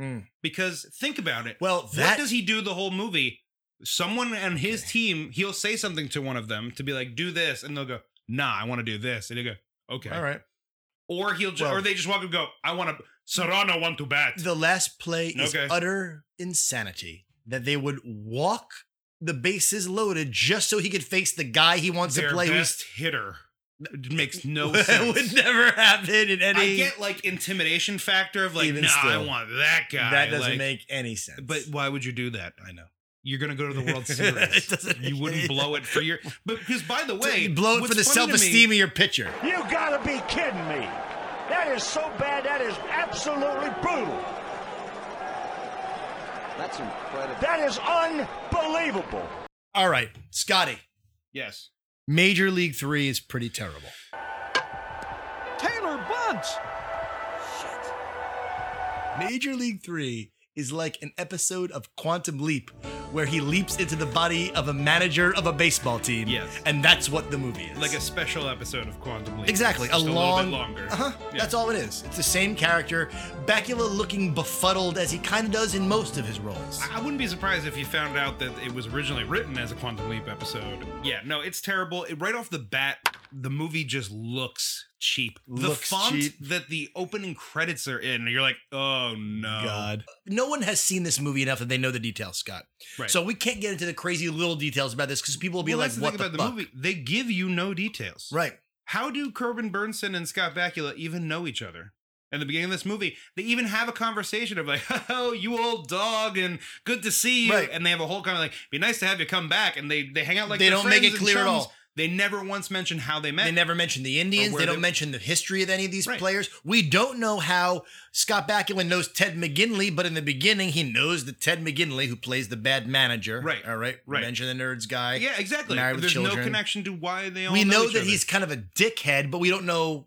Speaker 4: Mm.
Speaker 3: Because think about it.
Speaker 4: Well,
Speaker 3: what
Speaker 4: that-
Speaker 3: does he do the whole movie? Someone and his team, he'll say something to one of them to be like, "Do this," and they'll go, "Nah, I want to do this," and he'll go, "Okay."
Speaker 4: All right.
Speaker 3: Or he'll, ju-
Speaker 4: Well-
Speaker 3: or they just walk up and go, "I want to." Serrano want to bat.
Speaker 4: The last play is
Speaker 3: Okay.
Speaker 4: utter insanity that they would walk the bases loaded just so he could face the guy he wants
Speaker 3: Their
Speaker 4: to play. who's-
Speaker 3: best hitter It makes no
Speaker 4: That
Speaker 3: sense.
Speaker 4: would never happen in any.
Speaker 3: I get like intimidation factor of like,
Speaker 4: Even
Speaker 3: "Nah, I
Speaker 4: still,
Speaker 3: want that guy."
Speaker 4: that doesn't
Speaker 3: Like,
Speaker 4: make any sense.
Speaker 3: But why would you do that?
Speaker 4: I know.
Speaker 3: You're gonna go to the World
Speaker 4: It
Speaker 3: Series.
Speaker 4: doesn't
Speaker 3: you
Speaker 4: make
Speaker 3: wouldn't
Speaker 4: any-
Speaker 3: blow it for your. But because by the way,
Speaker 4: blow it
Speaker 3: what's
Speaker 4: for the
Speaker 3: funny to
Speaker 4: self
Speaker 3: me-
Speaker 4: esteem of your pitcher.
Speaker 13: You gotta be kidding me. That is so bad. That is absolutely brutal.
Speaker 9: That's incredible.
Speaker 13: That is unbelievable.
Speaker 4: All right, Scotty.
Speaker 3: Yes.
Speaker 4: Major League Three is pretty terrible.
Speaker 6: Taylor bunts.
Speaker 4: Major League Three is like an episode of Quantum Leap, where he leaps into the body of a manager of a baseball team.
Speaker 3: Yes.
Speaker 4: And that's what the movie is.
Speaker 3: Like a special episode of Quantum Leap.
Speaker 4: Exactly.
Speaker 3: Just
Speaker 4: a
Speaker 3: a
Speaker 4: long,
Speaker 3: little bit longer.
Speaker 4: Uh-huh.
Speaker 3: Yeah.
Speaker 4: That's all it is. It's the same character, Bakula looking befuddled as he kind of does in most of his roles.
Speaker 3: I I wouldn't be surprised if you found out that it was originally written as a Quantum Leap episode. Yeah, no, it's terrible. It, right off the bat, the movie just looks cheap. The
Speaker 4: Looks
Speaker 3: font
Speaker 4: cheap.
Speaker 3: that the opening credits are in, you're like, oh no.
Speaker 4: God. No one has seen this movie enough that they know the details, Scott.
Speaker 3: Right.
Speaker 4: So we can't get into the crazy little details about this because people will be
Speaker 3: Well,
Speaker 4: like,
Speaker 3: that's the
Speaker 4: "What
Speaker 3: thing
Speaker 4: the
Speaker 3: about
Speaker 4: fuck?"
Speaker 3: the movie. They give you no details.
Speaker 4: Right.
Speaker 3: How do Corbin Burnson and Scott Bakula even know each other? At the beginning of this movie, they even have a conversation of like, "Oh, you old dog," and "Good to see you,"
Speaker 4: Right.
Speaker 3: and they have a whole kind of like, "Be nice to have you come back," and they they hang out like
Speaker 4: They
Speaker 3: they're
Speaker 4: don't make
Speaker 3: friends
Speaker 4: it
Speaker 3: and
Speaker 4: clear at
Speaker 3: chums.
Speaker 4: all.
Speaker 3: They never once mention how they met.
Speaker 4: They never mention the Indians.
Speaker 3: where
Speaker 4: They don't
Speaker 3: they-
Speaker 4: mention the history of any of these
Speaker 3: Right.
Speaker 4: players. We don't know how Scott Bakula knows Ted McGinley, but in the beginning, he knows that Ted McGinley, who plays the bad manager.
Speaker 3: Right.
Speaker 4: All right.
Speaker 3: Right.
Speaker 4: Revenge of the Nerds guy.
Speaker 3: yeah, exactly.
Speaker 4: Married with
Speaker 3: There's no
Speaker 4: Children.
Speaker 3: connection to why they all.
Speaker 4: We know,
Speaker 3: each
Speaker 4: that
Speaker 3: other.
Speaker 4: he's kind of a dickhead, but we don't know.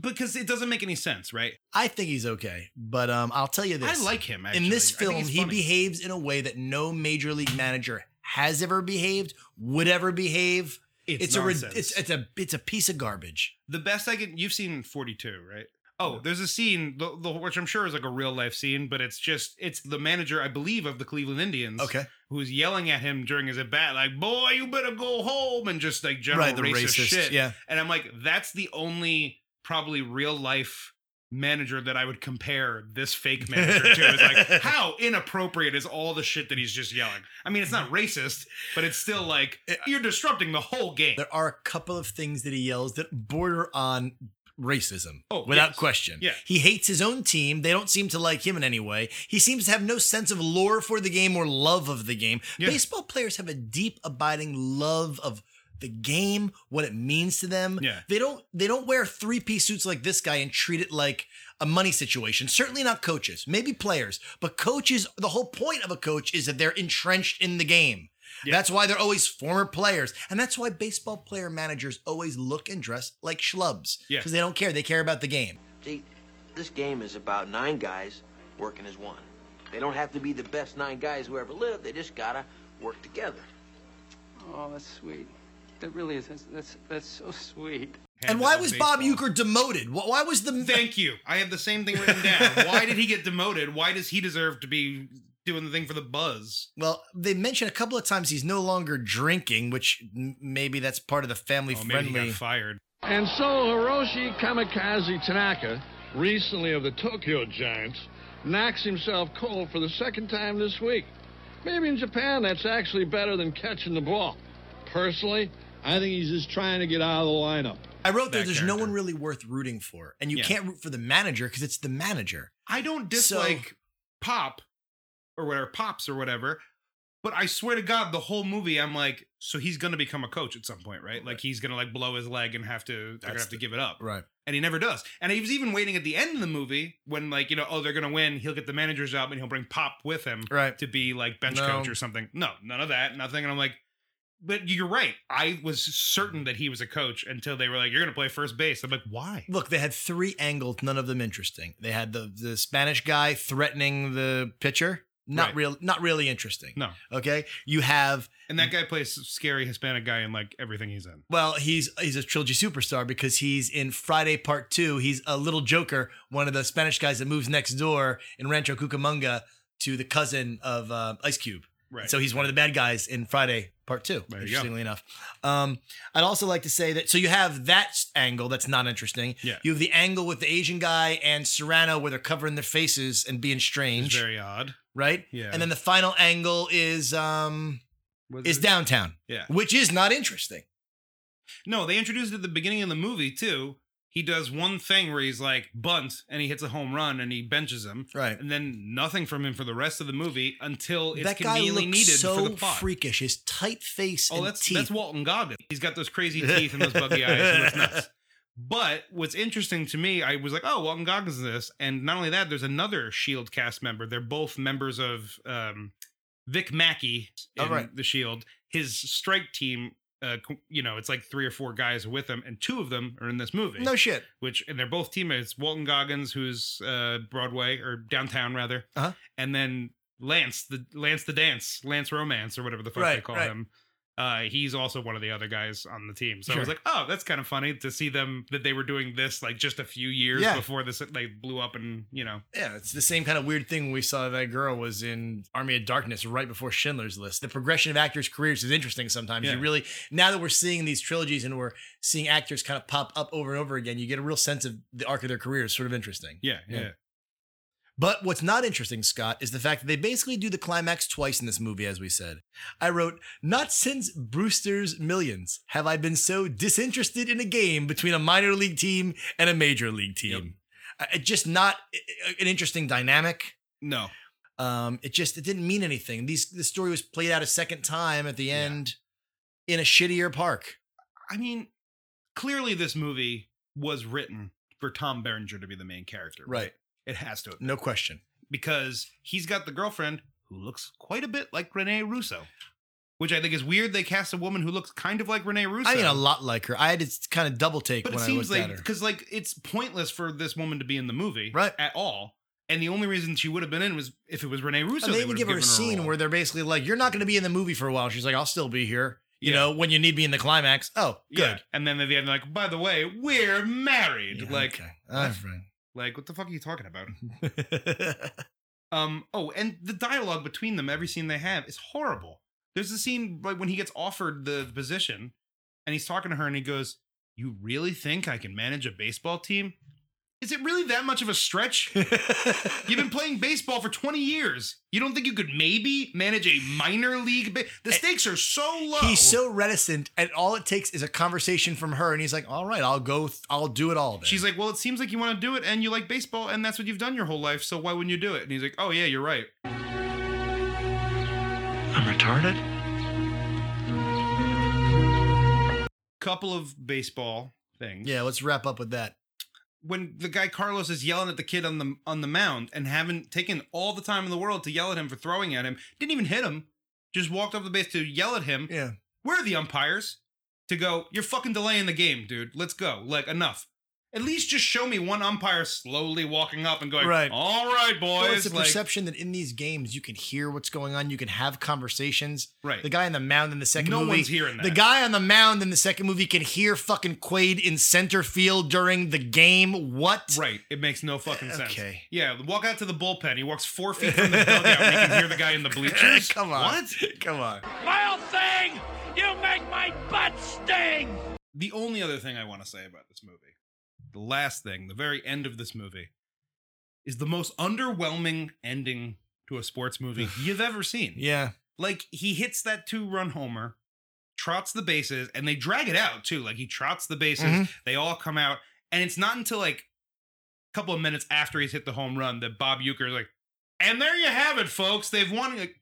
Speaker 3: because it doesn't make any sense, right?
Speaker 4: I think he's okay, but um, I'll tell you this:
Speaker 3: I like him. Actually.
Speaker 4: in this
Speaker 3: I think
Speaker 4: film,
Speaker 3: he's
Speaker 4: he
Speaker 3: funny.
Speaker 4: behaves in a way that no major league manager has ever behaved, would ever behave.
Speaker 3: It's
Speaker 4: a rid-
Speaker 3: nonsense.
Speaker 4: it's, it's a it's a piece of garbage.
Speaker 3: The best I can. You've seen 42, right? Oh, there's a scene, the, the, which I'm sure is like a real life scene, but it's just it's the manager, I believe, of the Cleveland Indians.
Speaker 4: Okay.
Speaker 3: Who's yelling at him during his at bat, like "Boy, you better go home," and just like general
Speaker 4: Right, the
Speaker 3: racist,
Speaker 4: racist,
Speaker 3: shit.
Speaker 4: yeah.
Speaker 3: And I'm like, that's the only probably real life manager that I would compare this fake manager to. Is like how inappropriate is all the shit that he's just yelling. I mean, it's not racist, but it's still like you're disrupting the whole game.
Speaker 4: There are a couple of things that he yells that border on racism
Speaker 3: Oh,
Speaker 4: without
Speaker 3: yes.
Speaker 4: question
Speaker 3: Yeah.
Speaker 4: he hates his own team they don't seem to like him in any way he seems to have no sense of lore for the game or love of the game
Speaker 3: Yeah.
Speaker 4: baseball players have a deep abiding love of the game what it means to them
Speaker 3: Yeah.
Speaker 4: they don't they don't wear three-piece suits like this guy and treat it like a money situation certainly not coaches maybe players but coaches the whole point of a coach is that they're entrenched in the game that's why they're always former players. And that's why baseball player managers always look and dress like schlubs.
Speaker 3: Yeah.
Speaker 4: Because they don't care. They care about the game.
Speaker 17: See, this game is about nine guys working as one. They don't have to be the best nine guys who ever lived. They just gotta work together.
Speaker 18: Oh, that's sweet. That really is. That's that's, that's so sweet.
Speaker 4: and why was Bob Euchre demoted? Wh- Why was the.
Speaker 3: Thank you. I have the same thing written down. Why did he get demoted? Why does he deserve to be doing the thing for the buzz?
Speaker 4: Well, they mention a couple of times he's no longer drinking, which m- maybe that's part of the family
Speaker 3: Oh, maybe
Speaker 4: friendly.
Speaker 3: he got fired.
Speaker 12: And so Hiroshi Kamikaze Tanaka, recently of the Tokyo Giants, knocks himself cold for the second time this week. Maybe in Japan that's actually better than catching the ball. Personally, I think he's just trying to get out of the lineup.
Speaker 4: I wrote there,
Speaker 12: That
Speaker 4: there's no one really worth rooting for. And you
Speaker 12: Yeah.
Speaker 4: can't root for the manager because it's the manager.
Speaker 3: I don't dislike Pop or whatever, Pops or whatever, but I swear to God, the whole movie, I'm like, so he's going to become a coach at some point, right? Like he's going to like blow his leg and have to, they're going to
Speaker 4: That's
Speaker 3: have to
Speaker 4: the-
Speaker 3: give it up.
Speaker 4: Right.
Speaker 3: And he never does. And he was even waiting at the end of the movie when, like, you know, oh, they're going to win. He'll get the manager's job and he'll bring Pop with him
Speaker 4: Right.
Speaker 3: to be like bench
Speaker 4: No.
Speaker 3: coach or something. No, none of that, nothing. And I'm like, but you're right. I was certain that he was a coach until they were like, you're going to play first base. I'm like, why?
Speaker 4: Look, they had three angles, none of them interesting. They had the the Spanish guy threatening the pitcher. Not
Speaker 3: Right.
Speaker 4: real not really interesting.
Speaker 3: No.
Speaker 4: Okay? You have
Speaker 3: And that guy plays scary Hispanic guy in like everything he's in.
Speaker 4: Well, he's he's a trilogy superstar because he's in Friday Part Two. He's a little Joker, one of the Spanish guys that moves next door in Rancho Cucamonga to the cousin of uh, Ice Cube.
Speaker 3: Right.
Speaker 4: So he's one of the bad guys in Friday Part Two.
Speaker 3: There you go.
Speaker 4: interestingly enough, um, I'd also like to say that so you have that s- angle that's not interesting.
Speaker 3: Yeah.
Speaker 4: You have the angle with the Asian guy and Serrano where they're covering their faces and being
Speaker 3: It's
Speaker 4: strange,
Speaker 3: very odd.
Speaker 4: right?
Speaker 3: Yeah.
Speaker 4: And then the final angle is um
Speaker 3: Was
Speaker 4: is
Speaker 3: it-
Speaker 4: downtown,
Speaker 3: Yeah.
Speaker 4: which is not interesting.
Speaker 3: No, they introduced it at the beginning of the movie too. He does one thing where he's like bunt and he hits a home run and he benches him.
Speaker 4: Right.
Speaker 3: And then nothing from him for the rest of the movie until it's
Speaker 4: that guy
Speaker 3: conveniently
Speaker 4: looks
Speaker 3: needed
Speaker 4: so
Speaker 3: for the plot.
Speaker 4: freakish. His tight face
Speaker 3: oh,
Speaker 4: and
Speaker 3: that's
Speaker 4: teeth.
Speaker 3: that's Walton Goggins. He's got those crazy teeth and those buggy eyes and those nuts. But what's interesting to me, I was like, oh, Walton Goggins is this. And not only that, there's another Shield E cast member. They're both members of um, Vic Mackey in
Speaker 4: Oh, right.
Speaker 3: the Shield. E His strike team, uh, co- you know, it's like three or four guys with him, and two of them are in this movie.
Speaker 4: No shit.
Speaker 3: Which and they're both teammates. Walton Goggins, who's uh, Broadway or downtown rather,
Speaker 4: Uh-huh.
Speaker 3: and then Lance, the Lance the Dance, Lance Romance or whatever the fuck they
Speaker 4: Right,
Speaker 3: call
Speaker 4: right.
Speaker 3: him. Uh, he's also one of the other guys on the team. So I was
Speaker 4: Sure.
Speaker 3: like, oh, that's kind of funny to see them that they were doing this like just a few years
Speaker 4: Yeah.
Speaker 3: before this they blew up and you know
Speaker 4: Yeah, it's the same kind of weird thing we saw that girl was in Army of Darkness right before Schindler's List. The progression of actors' careers is interesting sometimes.
Speaker 3: Yeah.
Speaker 4: You really now that we're seeing these trilogies and we're seeing actors kind of pop up over and over again, you get a real sense of the arc of their career is sort of interesting.
Speaker 3: yeah yeah.
Speaker 4: Yeah. But what's not interesting, Scott, is the fact that they basically do the climax twice in this movie, as we said. I wrote, Not since Brewster's Millions have I been so disinterested in a game between a minor league team and a major league team. Uh, it just not uh, an interesting dynamic.
Speaker 3: No.
Speaker 4: Um, it just it didn't mean anything. These the story was played out a second time at the end in a shittier park.
Speaker 3: I mean, clearly this movie was written for Tom Berenger to be the main character.
Speaker 4: Right.
Speaker 3: It has to have been.
Speaker 4: No question.
Speaker 3: because he's got the girlfriend who looks quite a bit like Renee Russo, which I think is weird. They cast a woman who looks kind of like Renee Russo.
Speaker 4: I mean a lot like her. I had to kind of double take
Speaker 3: But it
Speaker 4: when
Speaker 3: seems
Speaker 4: I looked
Speaker 3: like
Speaker 4: at her.
Speaker 3: because like it's pointless for this woman to be in the movie right. at all. And the only reason she would have been in was if it was Renee Russo.
Speaker 4: and
Speaker 3: they
Speaker 4: they even
Speaker 3: would have
Speaker 4: give her a
Speaker 3: given
Speaker 4: scene
Speaker 3: role.
Speaker 4: where they're basically like, "You're not going to be in the movie for a while." She's like, "I'll still be here." You
Speaker 3: Yeah.
Speaker 4: know, when you need me in the climax. Oh, good.
Speaker 3: Yeah. And then at the end, like, by the way, we're married. like, uh,
Speaker 4: All
Speaker 3: what?
Speaker 4: right.
Speaker 3: like, what the fuck are you talking about? um. Oh, and the dialogue between them, every scene they have, is horrible. There's a scene like when he gets offered the position, and he's talking to her, and he goes, "You really think I can manage a baseball team? Is it really that much of a stretch? You've been playing baseball for 20 years. You don't think you could maybe manage a minor league? Ba- the stakes are so low.
Speaker 4: Eh, He's so reticent, and all it takes is a conversation from her, and he's like, "All right, I'll go. Th- I'll do it all." Then.
Speaker 3: She's like, well, it seems like you want to do it and you like baseball and that's what you've done your whole life, so why wouldn't you do it? And he's like, oh, yeah, you're right.
Speaker 10: I'm retarded?
Speaker 3: Couple of baseball things.
Speaker 4: "Yeah, let's wrap up with that."
Speaker 3: When the guy Carlos is yelling at the kid on the on the mound and haven't taken all the time in the world to yell at him for throwing at him, didn't even hit him, just walked off the base to yell at him.
Speaker 4: Yeah.
Speaker 3: Where are the umpires? To go, you're fucking delaying the game, dude. Let's go. Like, enough. At least just show me one umpire slowly walking up and going,
Speaker 4: Right.
Speaker 3: all right, boys.
Speaker 4: Well, it's a
Speaker 3: like-
Speaker 4: perception that in these games you can hear what's going on, you can have conversations.
Speaker 3: Right.
Speaker 4: The guy on the mound in the second
Speaker 3: No
Speaker 4: movie,
Speaker 3: one's hearing
Speaker 4: The
Speaker 3: that.
Speaker 4: guy on the mound in the second movie can hear fucking Quaid in center field during the game. What?
Speaker 3: Right. It makes no fucking sense.
Speaker 4: Okay.
Speaker 3: Yeah, walk out to the bullpen. He walks four feet from the dugout and you can hear the guy in the bleachers.
Speaker 4: Come on.
Speaker 3: What?
Speaker 4: Come on.
Speaker 2: Mild thing! You make my butt sting!
Speaker 3: The only other thing I want to say about this movie, the last thing, the very end of this movie, is the most underwhelming ending to a sports movie you've ever seen.
Speaker 4: Yeah.
Speaker 3: Like, he hits that two run homer, trots the bases, and they drag it out too. Like, he trots the bases,
Speaker 4: Mhm.
Speaker 3: they all come out, and it's not until like a couple of minutes after he's hit the home run that Bob Euchre is like, and there you have it, folks. They've won. Like,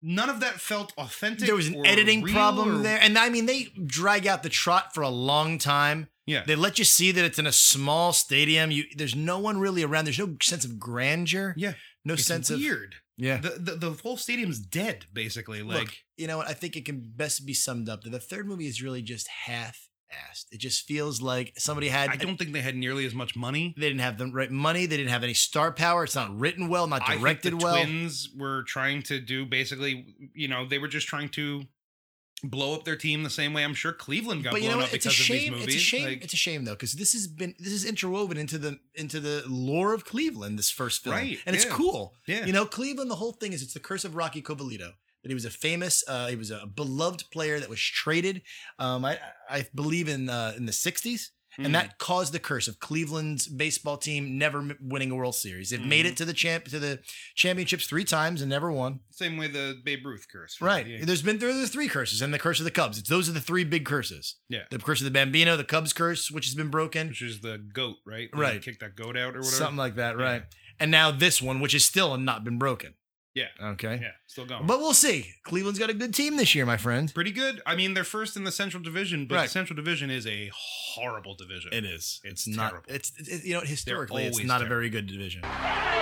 Speaker 3: none of that felt authentic.
Speaker 4: There was an
Speaker 3: or
Speaker 4: editing
Speaker 3: real
Speaker 4: problem
Speaker 3: or-
Speaker 4: there. And I mean, they drag out the trot for a long time.
Speaker 3: Yeah.
Speaker 4: They let you see that it's in a small stadium. You there's no one really around. There's no sense of grandeur.
Speaker 3: Yeah.
Speaker 4: No
Speaker 3: It's
Speaker 4: sense of
Speaker 3: weird.
Speaker 4: Yeah.
Speaker 3: The, the the whole stadium's dead, basically. Like,
Speaker 4: Look, you know what? I think it can best be summed up that the third movie is really just half-assed. It just feels like somebody had.
Speaker 3: I don't think they had nearly as much money.
Speaker 4: They didn't have the right money. They didn't have any star power. It's not written well, not directed
Speaker 3: I think the
Speaker 4: well.
Speaker 3: Twins were trying to do basically, you know, they were just trying to blow up their team the same way I'm sure Cleveland got
Speaker 4: but you
Speaker 3: blown
Speaker 4: know
Speaker 3: up
Speaker 4: what? It's a
Speaker 3: because of these
Speaker 4: shame.
Speaker 3: movies.
Speaker 4: It's a shame.
Speaker 3: Like,
Speaker 4: it's a shame though, because this has been this is interwoven into the into the lore of Cleveland. This first film,
Speaker 3: Right,
Speaker 4: And it's
Speaker 3: yeah.
Speaker 4: cool.
Speaker 3: Yeah.
Speaker 4: You know, Cleveland. The whole thing is it's the curse of Rocky Cobalito. That he was a famous, uh, he was a beloved player that was traded. Um, I I believe in uh, in the '60s,
Speaker 3: Mhm.
Speaker 4: and that caused the curse of Cleveland's baseball team never m- winning a World Series. They've made
Speaker 3: Mm-hmm.
Speaker 4: it to the champ to the championships three times and never won.
Speaker 3: same way the Babe Ruth curse.
Speaker 4: Right.
Speaker 3: Yeah.
Speaker 4: There's been there are the three curses and the curse of the Cubs. It's those are the three big curses.
Speaker 3: Yeah.
Speaker 4: The curse of the Bambino, the Cubs curse, which has been broken,
Speaker 3: Which is the goat, right?
Speaker 4: Right.
Speaker 3: Kick that goat out or whatever.
Speaker 4: something like that, right? And now this one, which is still not been broken.
Speaker 3: Yeah.
Speaker 4: Okay.
Speaker 3: Yeah. Still going.
Speaker 4: But we'll see. Cleveland's got a good team this year, my friend.
Speaker 3: Pretty good. I mean, they're first in the Central Division, but
Speaker 4: Right.
Speaker 3: the Central Division is a horrible division.
Speaker 4: It is.
Speaker 3: It's,
Speaker 4: not.
Speaker 3: terrible.
Speaker 4: It's it- you know historically, it's
Speaker 3: always
Speaker 4: not a very good division.
Speaker 2: The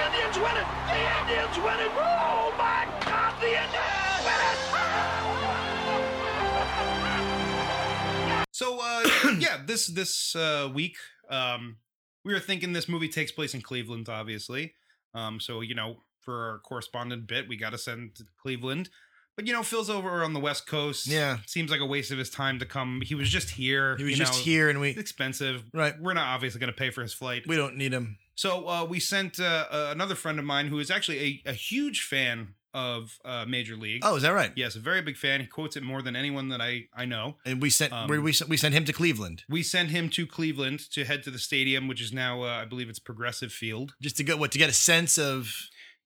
Speaker 2: Indians win it! The Indians win it! Oh my God, the Indians win it!
Speaker 3: So uh yeah, this this uh week um we were thinking this movie takes place in Cleveland obviously. Um so you know, for our correspondent bit, we got to send to Cleveland. But you know, Phil's over on the West Coast.
Speaker 4: Yeah.
Speaker 3: Seems like a waste of his time to come. He was just here.
Speaker 4: He was
Speaker 3: you
Speaker 4: just
Speaker 3: know,
Speaker 4: here, and we
Speaker 3: It's expensive.
Speaker 4: Right.
Speaker 3: We're not obviously going to pay for his flight.
Speaker 4: we don't need him.
Speaker 3: So uh, we sent uh, uh, another friend of mine who is actually a, a huge fan of uh, Major League.
Speaker 4: Oh, is that right?
Speaker 3: Yes, a very big fan. He quotes it more than anyone that I I know.
Speaker 4: And we sent
Speaker 3: Um,
Speaker 4: we we sent- we sent him to Cleveland
Speaker 3: We sent him to Cleveland to head to the stadium, which is now uh, I believe it's Progressive Field.
Speaker 4: just to go what to get a sense of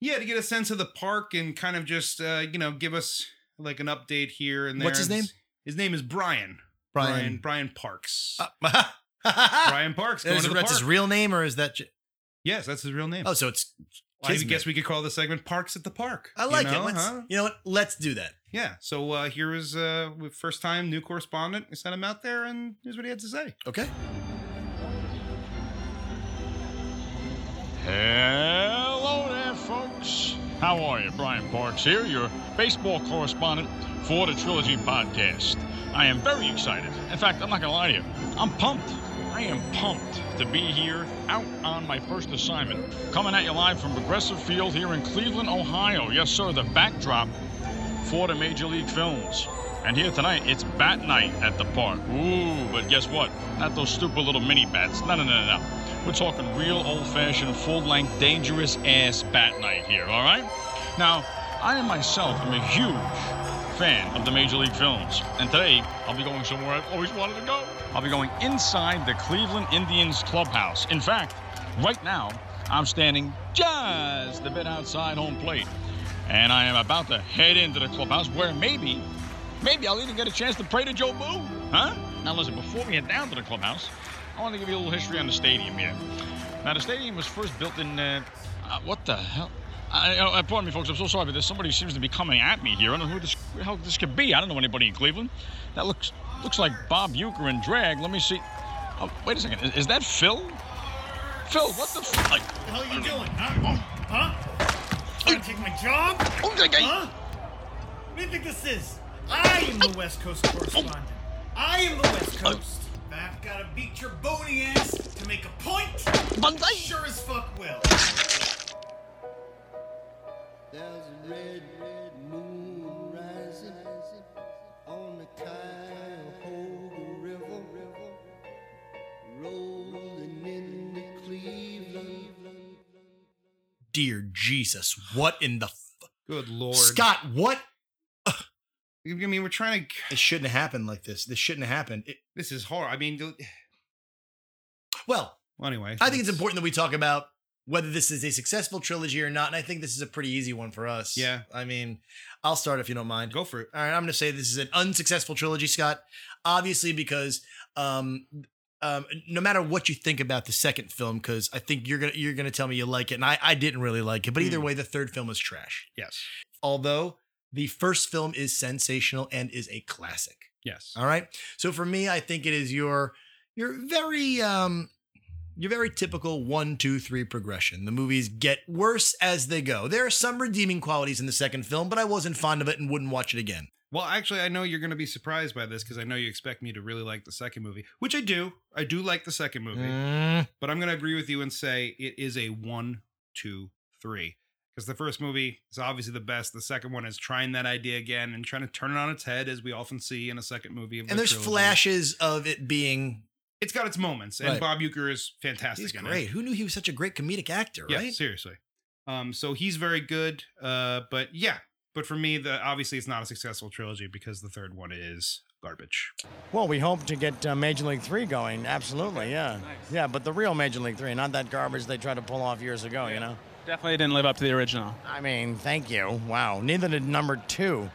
Speaker 3: Yeah, to get a sense of the park and kind of just uh, you know give us like an update here and there.
Speaker 4: What's his name?
Speaker 3: His name is Brian.
Speaker 4: Brian.
Speaker 3: Brian, Brian Parks.
Speaker 4: Brian
Speaker 3: Parks going
Speaker 4: That's,
Speaker 3: to the
Speaker 4: that's his
Speaker 3: park.
Speaker 4: real name, or is that? J-
Speaker 3: yes, that's his real name.
Speaker 4: oh, so it's.
Speaker 3: I
Speaker 4: Kismet.
Speaker 3: guess we could call the segment "Parks at the Park."
Speaker 4: I like
Speaker 3: you know,
Speaker 4: it. Let's,
Speaker 3: huh?
Speaker 4: You know what? Let's do that.
Speaker 3: Yeah. So uh, here is uh, with first time new correspondent. We sent him out there, and here's what he had to say.
Speaker 4: Okay.
Speaker 19: Hello there, folks. How are you? Brian Parks here, your baseball correspondent for the Trilogy Podcast. I am very excited. In fact, I'm not going to lie to you, I'm pumped. I am pumped to be here out on my first assignment, coming at you live from Progressive Field here in Cleveland, Ohio. Yes, sir, the backdrop for the Major League Films. And here tonight, it's bat night at the park. Ooh, but guess what? Not those stupid little mini bats. No, no, no, no, no. We're talking real old fashioned, full length, dangerous ass bat night here, all right? Now, I myself am a huge fan of the Major League Films. And today, I'll be going somewhere I've always wanted to go. I'll be going inside the Cleveland Indians clubhouse. In fact, right now, I'm standing just a bit outside home plate. And I am about to head into the clubhouse where maybe, maybe I'll even get a chance to pray to Joe Boo. Huh? Now, listen, before we head down to the clubhouse, I want to give you a little history on the stadium here. Now, the stadium was first built in, uh, uh, what the hell? I, oh, uh, pardon me, folks. I'm so sorry, but there's somebody who seems to be coming at me here. I don't know who this, how this could be. I don't know anybody in Cleveland. That looks looks like Bob Euchre in drag. Let me see. Oh, wait a second. Is, is that Phil? Phil, what the? F- like,
Speaker 2: What the hell are you doing? Huh? Huh? Trying to take my job? Huh? What do you think this is? I am the West Coast correspondent. I am the West Coast. I've got to beat your bony ass to make a point. I sure as fuck will.
Speaker 4: Dear Jesus, what in the f-
Speaker 3: Good lord,
Speaker 4: Scott? What?
Speaker 3: I mean, we're trying to.
Speaker 4: It shouldn't have happened like this. This shouldn't have happened. It,
Speaker 3: This is horrible. I mean, do-
Speaker 4: well,
Speaker 3: well, anyway.
Speaker 4: I think it's important that we talk about whether this is a successful trilogy or not. And I think this is a pretty easy one for us.
Speaker 3: Yeah.
Speaker 4: I mean, I'll start if you don't mind.
Speaker 3: Go for it.
Speaker 4: All right, I'm going to say this is an unsuccessful trilogy, Scott. Obviously, because um, um, no matter what you think about the second film, because I think you're gonna you're gonna tell me you like it, and I I didn't really like it. But either
Speaker 3: Mm.
Speaker 4: way, the third film is trash.
Speaker 3: Yes.
Speaker 4: Although the first film is sensational and is a classic.
Speaker 3: Yes.
Speaker 4: All right. So for me, I think it is your your very um your very typical one, two, three progression. The movies get worse as they go. There are some redeeming qualities in the second film, but I wasn't fond of it and wouldn't watch it again.
Speaker 3: Well, actually, I know you're going to be surprised by this because I know you expect me to really like the second movie, which I do. I do like the second movie,
Speaker 4: Mm.
Speaker 3: but I'm going to agree with you and say it is a one, two, three. Because the first movie is obviously the best. The second one is trying that idea again and trying to turn it on its head, as we often see in a second movie. Of
Speaker 4: And
Speaker 3: the
Speaker 4: there's
Speaker 3: trilogy.
Speaker 4: flashes of it being
Speaker 3: It's got its moments, and
Speaker 4: Right.
Speaker 3: Bob Euchre is fantastic.
Speaker 4: he's
Speaker 3: in it.
Speaker 4: great. Who knew he was such a great comedic actor,
Speaker 3: eh? Yeah,
Speaker 4: right?
Speaker 3: seriously. Um, so he's very good. Uh, but yeah, but for me, the obviously it's not a successful trilogy because the third one is garbage.
Speaker 20: Well, we hope to get uh, Major League Three going. Absolutely, yeah, yeah. But the real Major League Three, not that garbage they tried to pull off years ago. You know.
Speaker 15: Definitely didn't live up to the original.
Speaker 20: I mean, thank you. Wow. Neither did number two.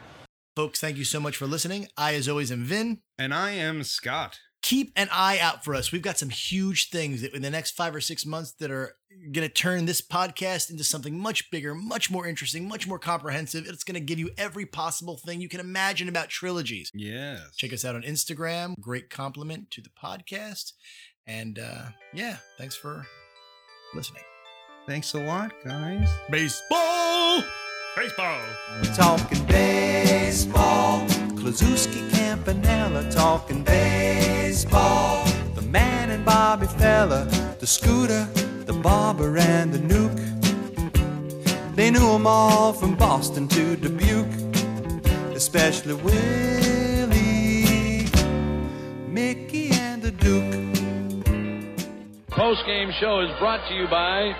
Speaker 4: Folks, thank you so much for listening. I, as always, am Vin.
Speaker 3: And I am Scott.
Speaker 4: keep an eye out for us. We've got some huge things that in the next five or six months that are going to turn this podcast into something much bigger, much more interesting, much more comprehensive. It's going to give you every possible thing you can imagine about trilogies.
Speaker 3: Yes.
Speaker 4: Check us out on Instagram. Great compliment to the podcast. And uh, yeah, thanks for listening.
Speaker 3: Thanks a lot, guys.
Speaker 4: Baseball!
Speaker 21: Baseball!
Speaker 12: Talking baseball. Klazuski Campanella talking baseball. The man and Bobby fella, the scooter, the barber, and the nuke. They knew 'em all from Boston to Dubuque, especially Willie, Mickey, and the Duke.
Speaker 22: Post game show is brought to you by.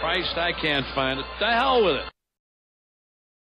Speaker 22: Christ, I can't find it. The hell with it.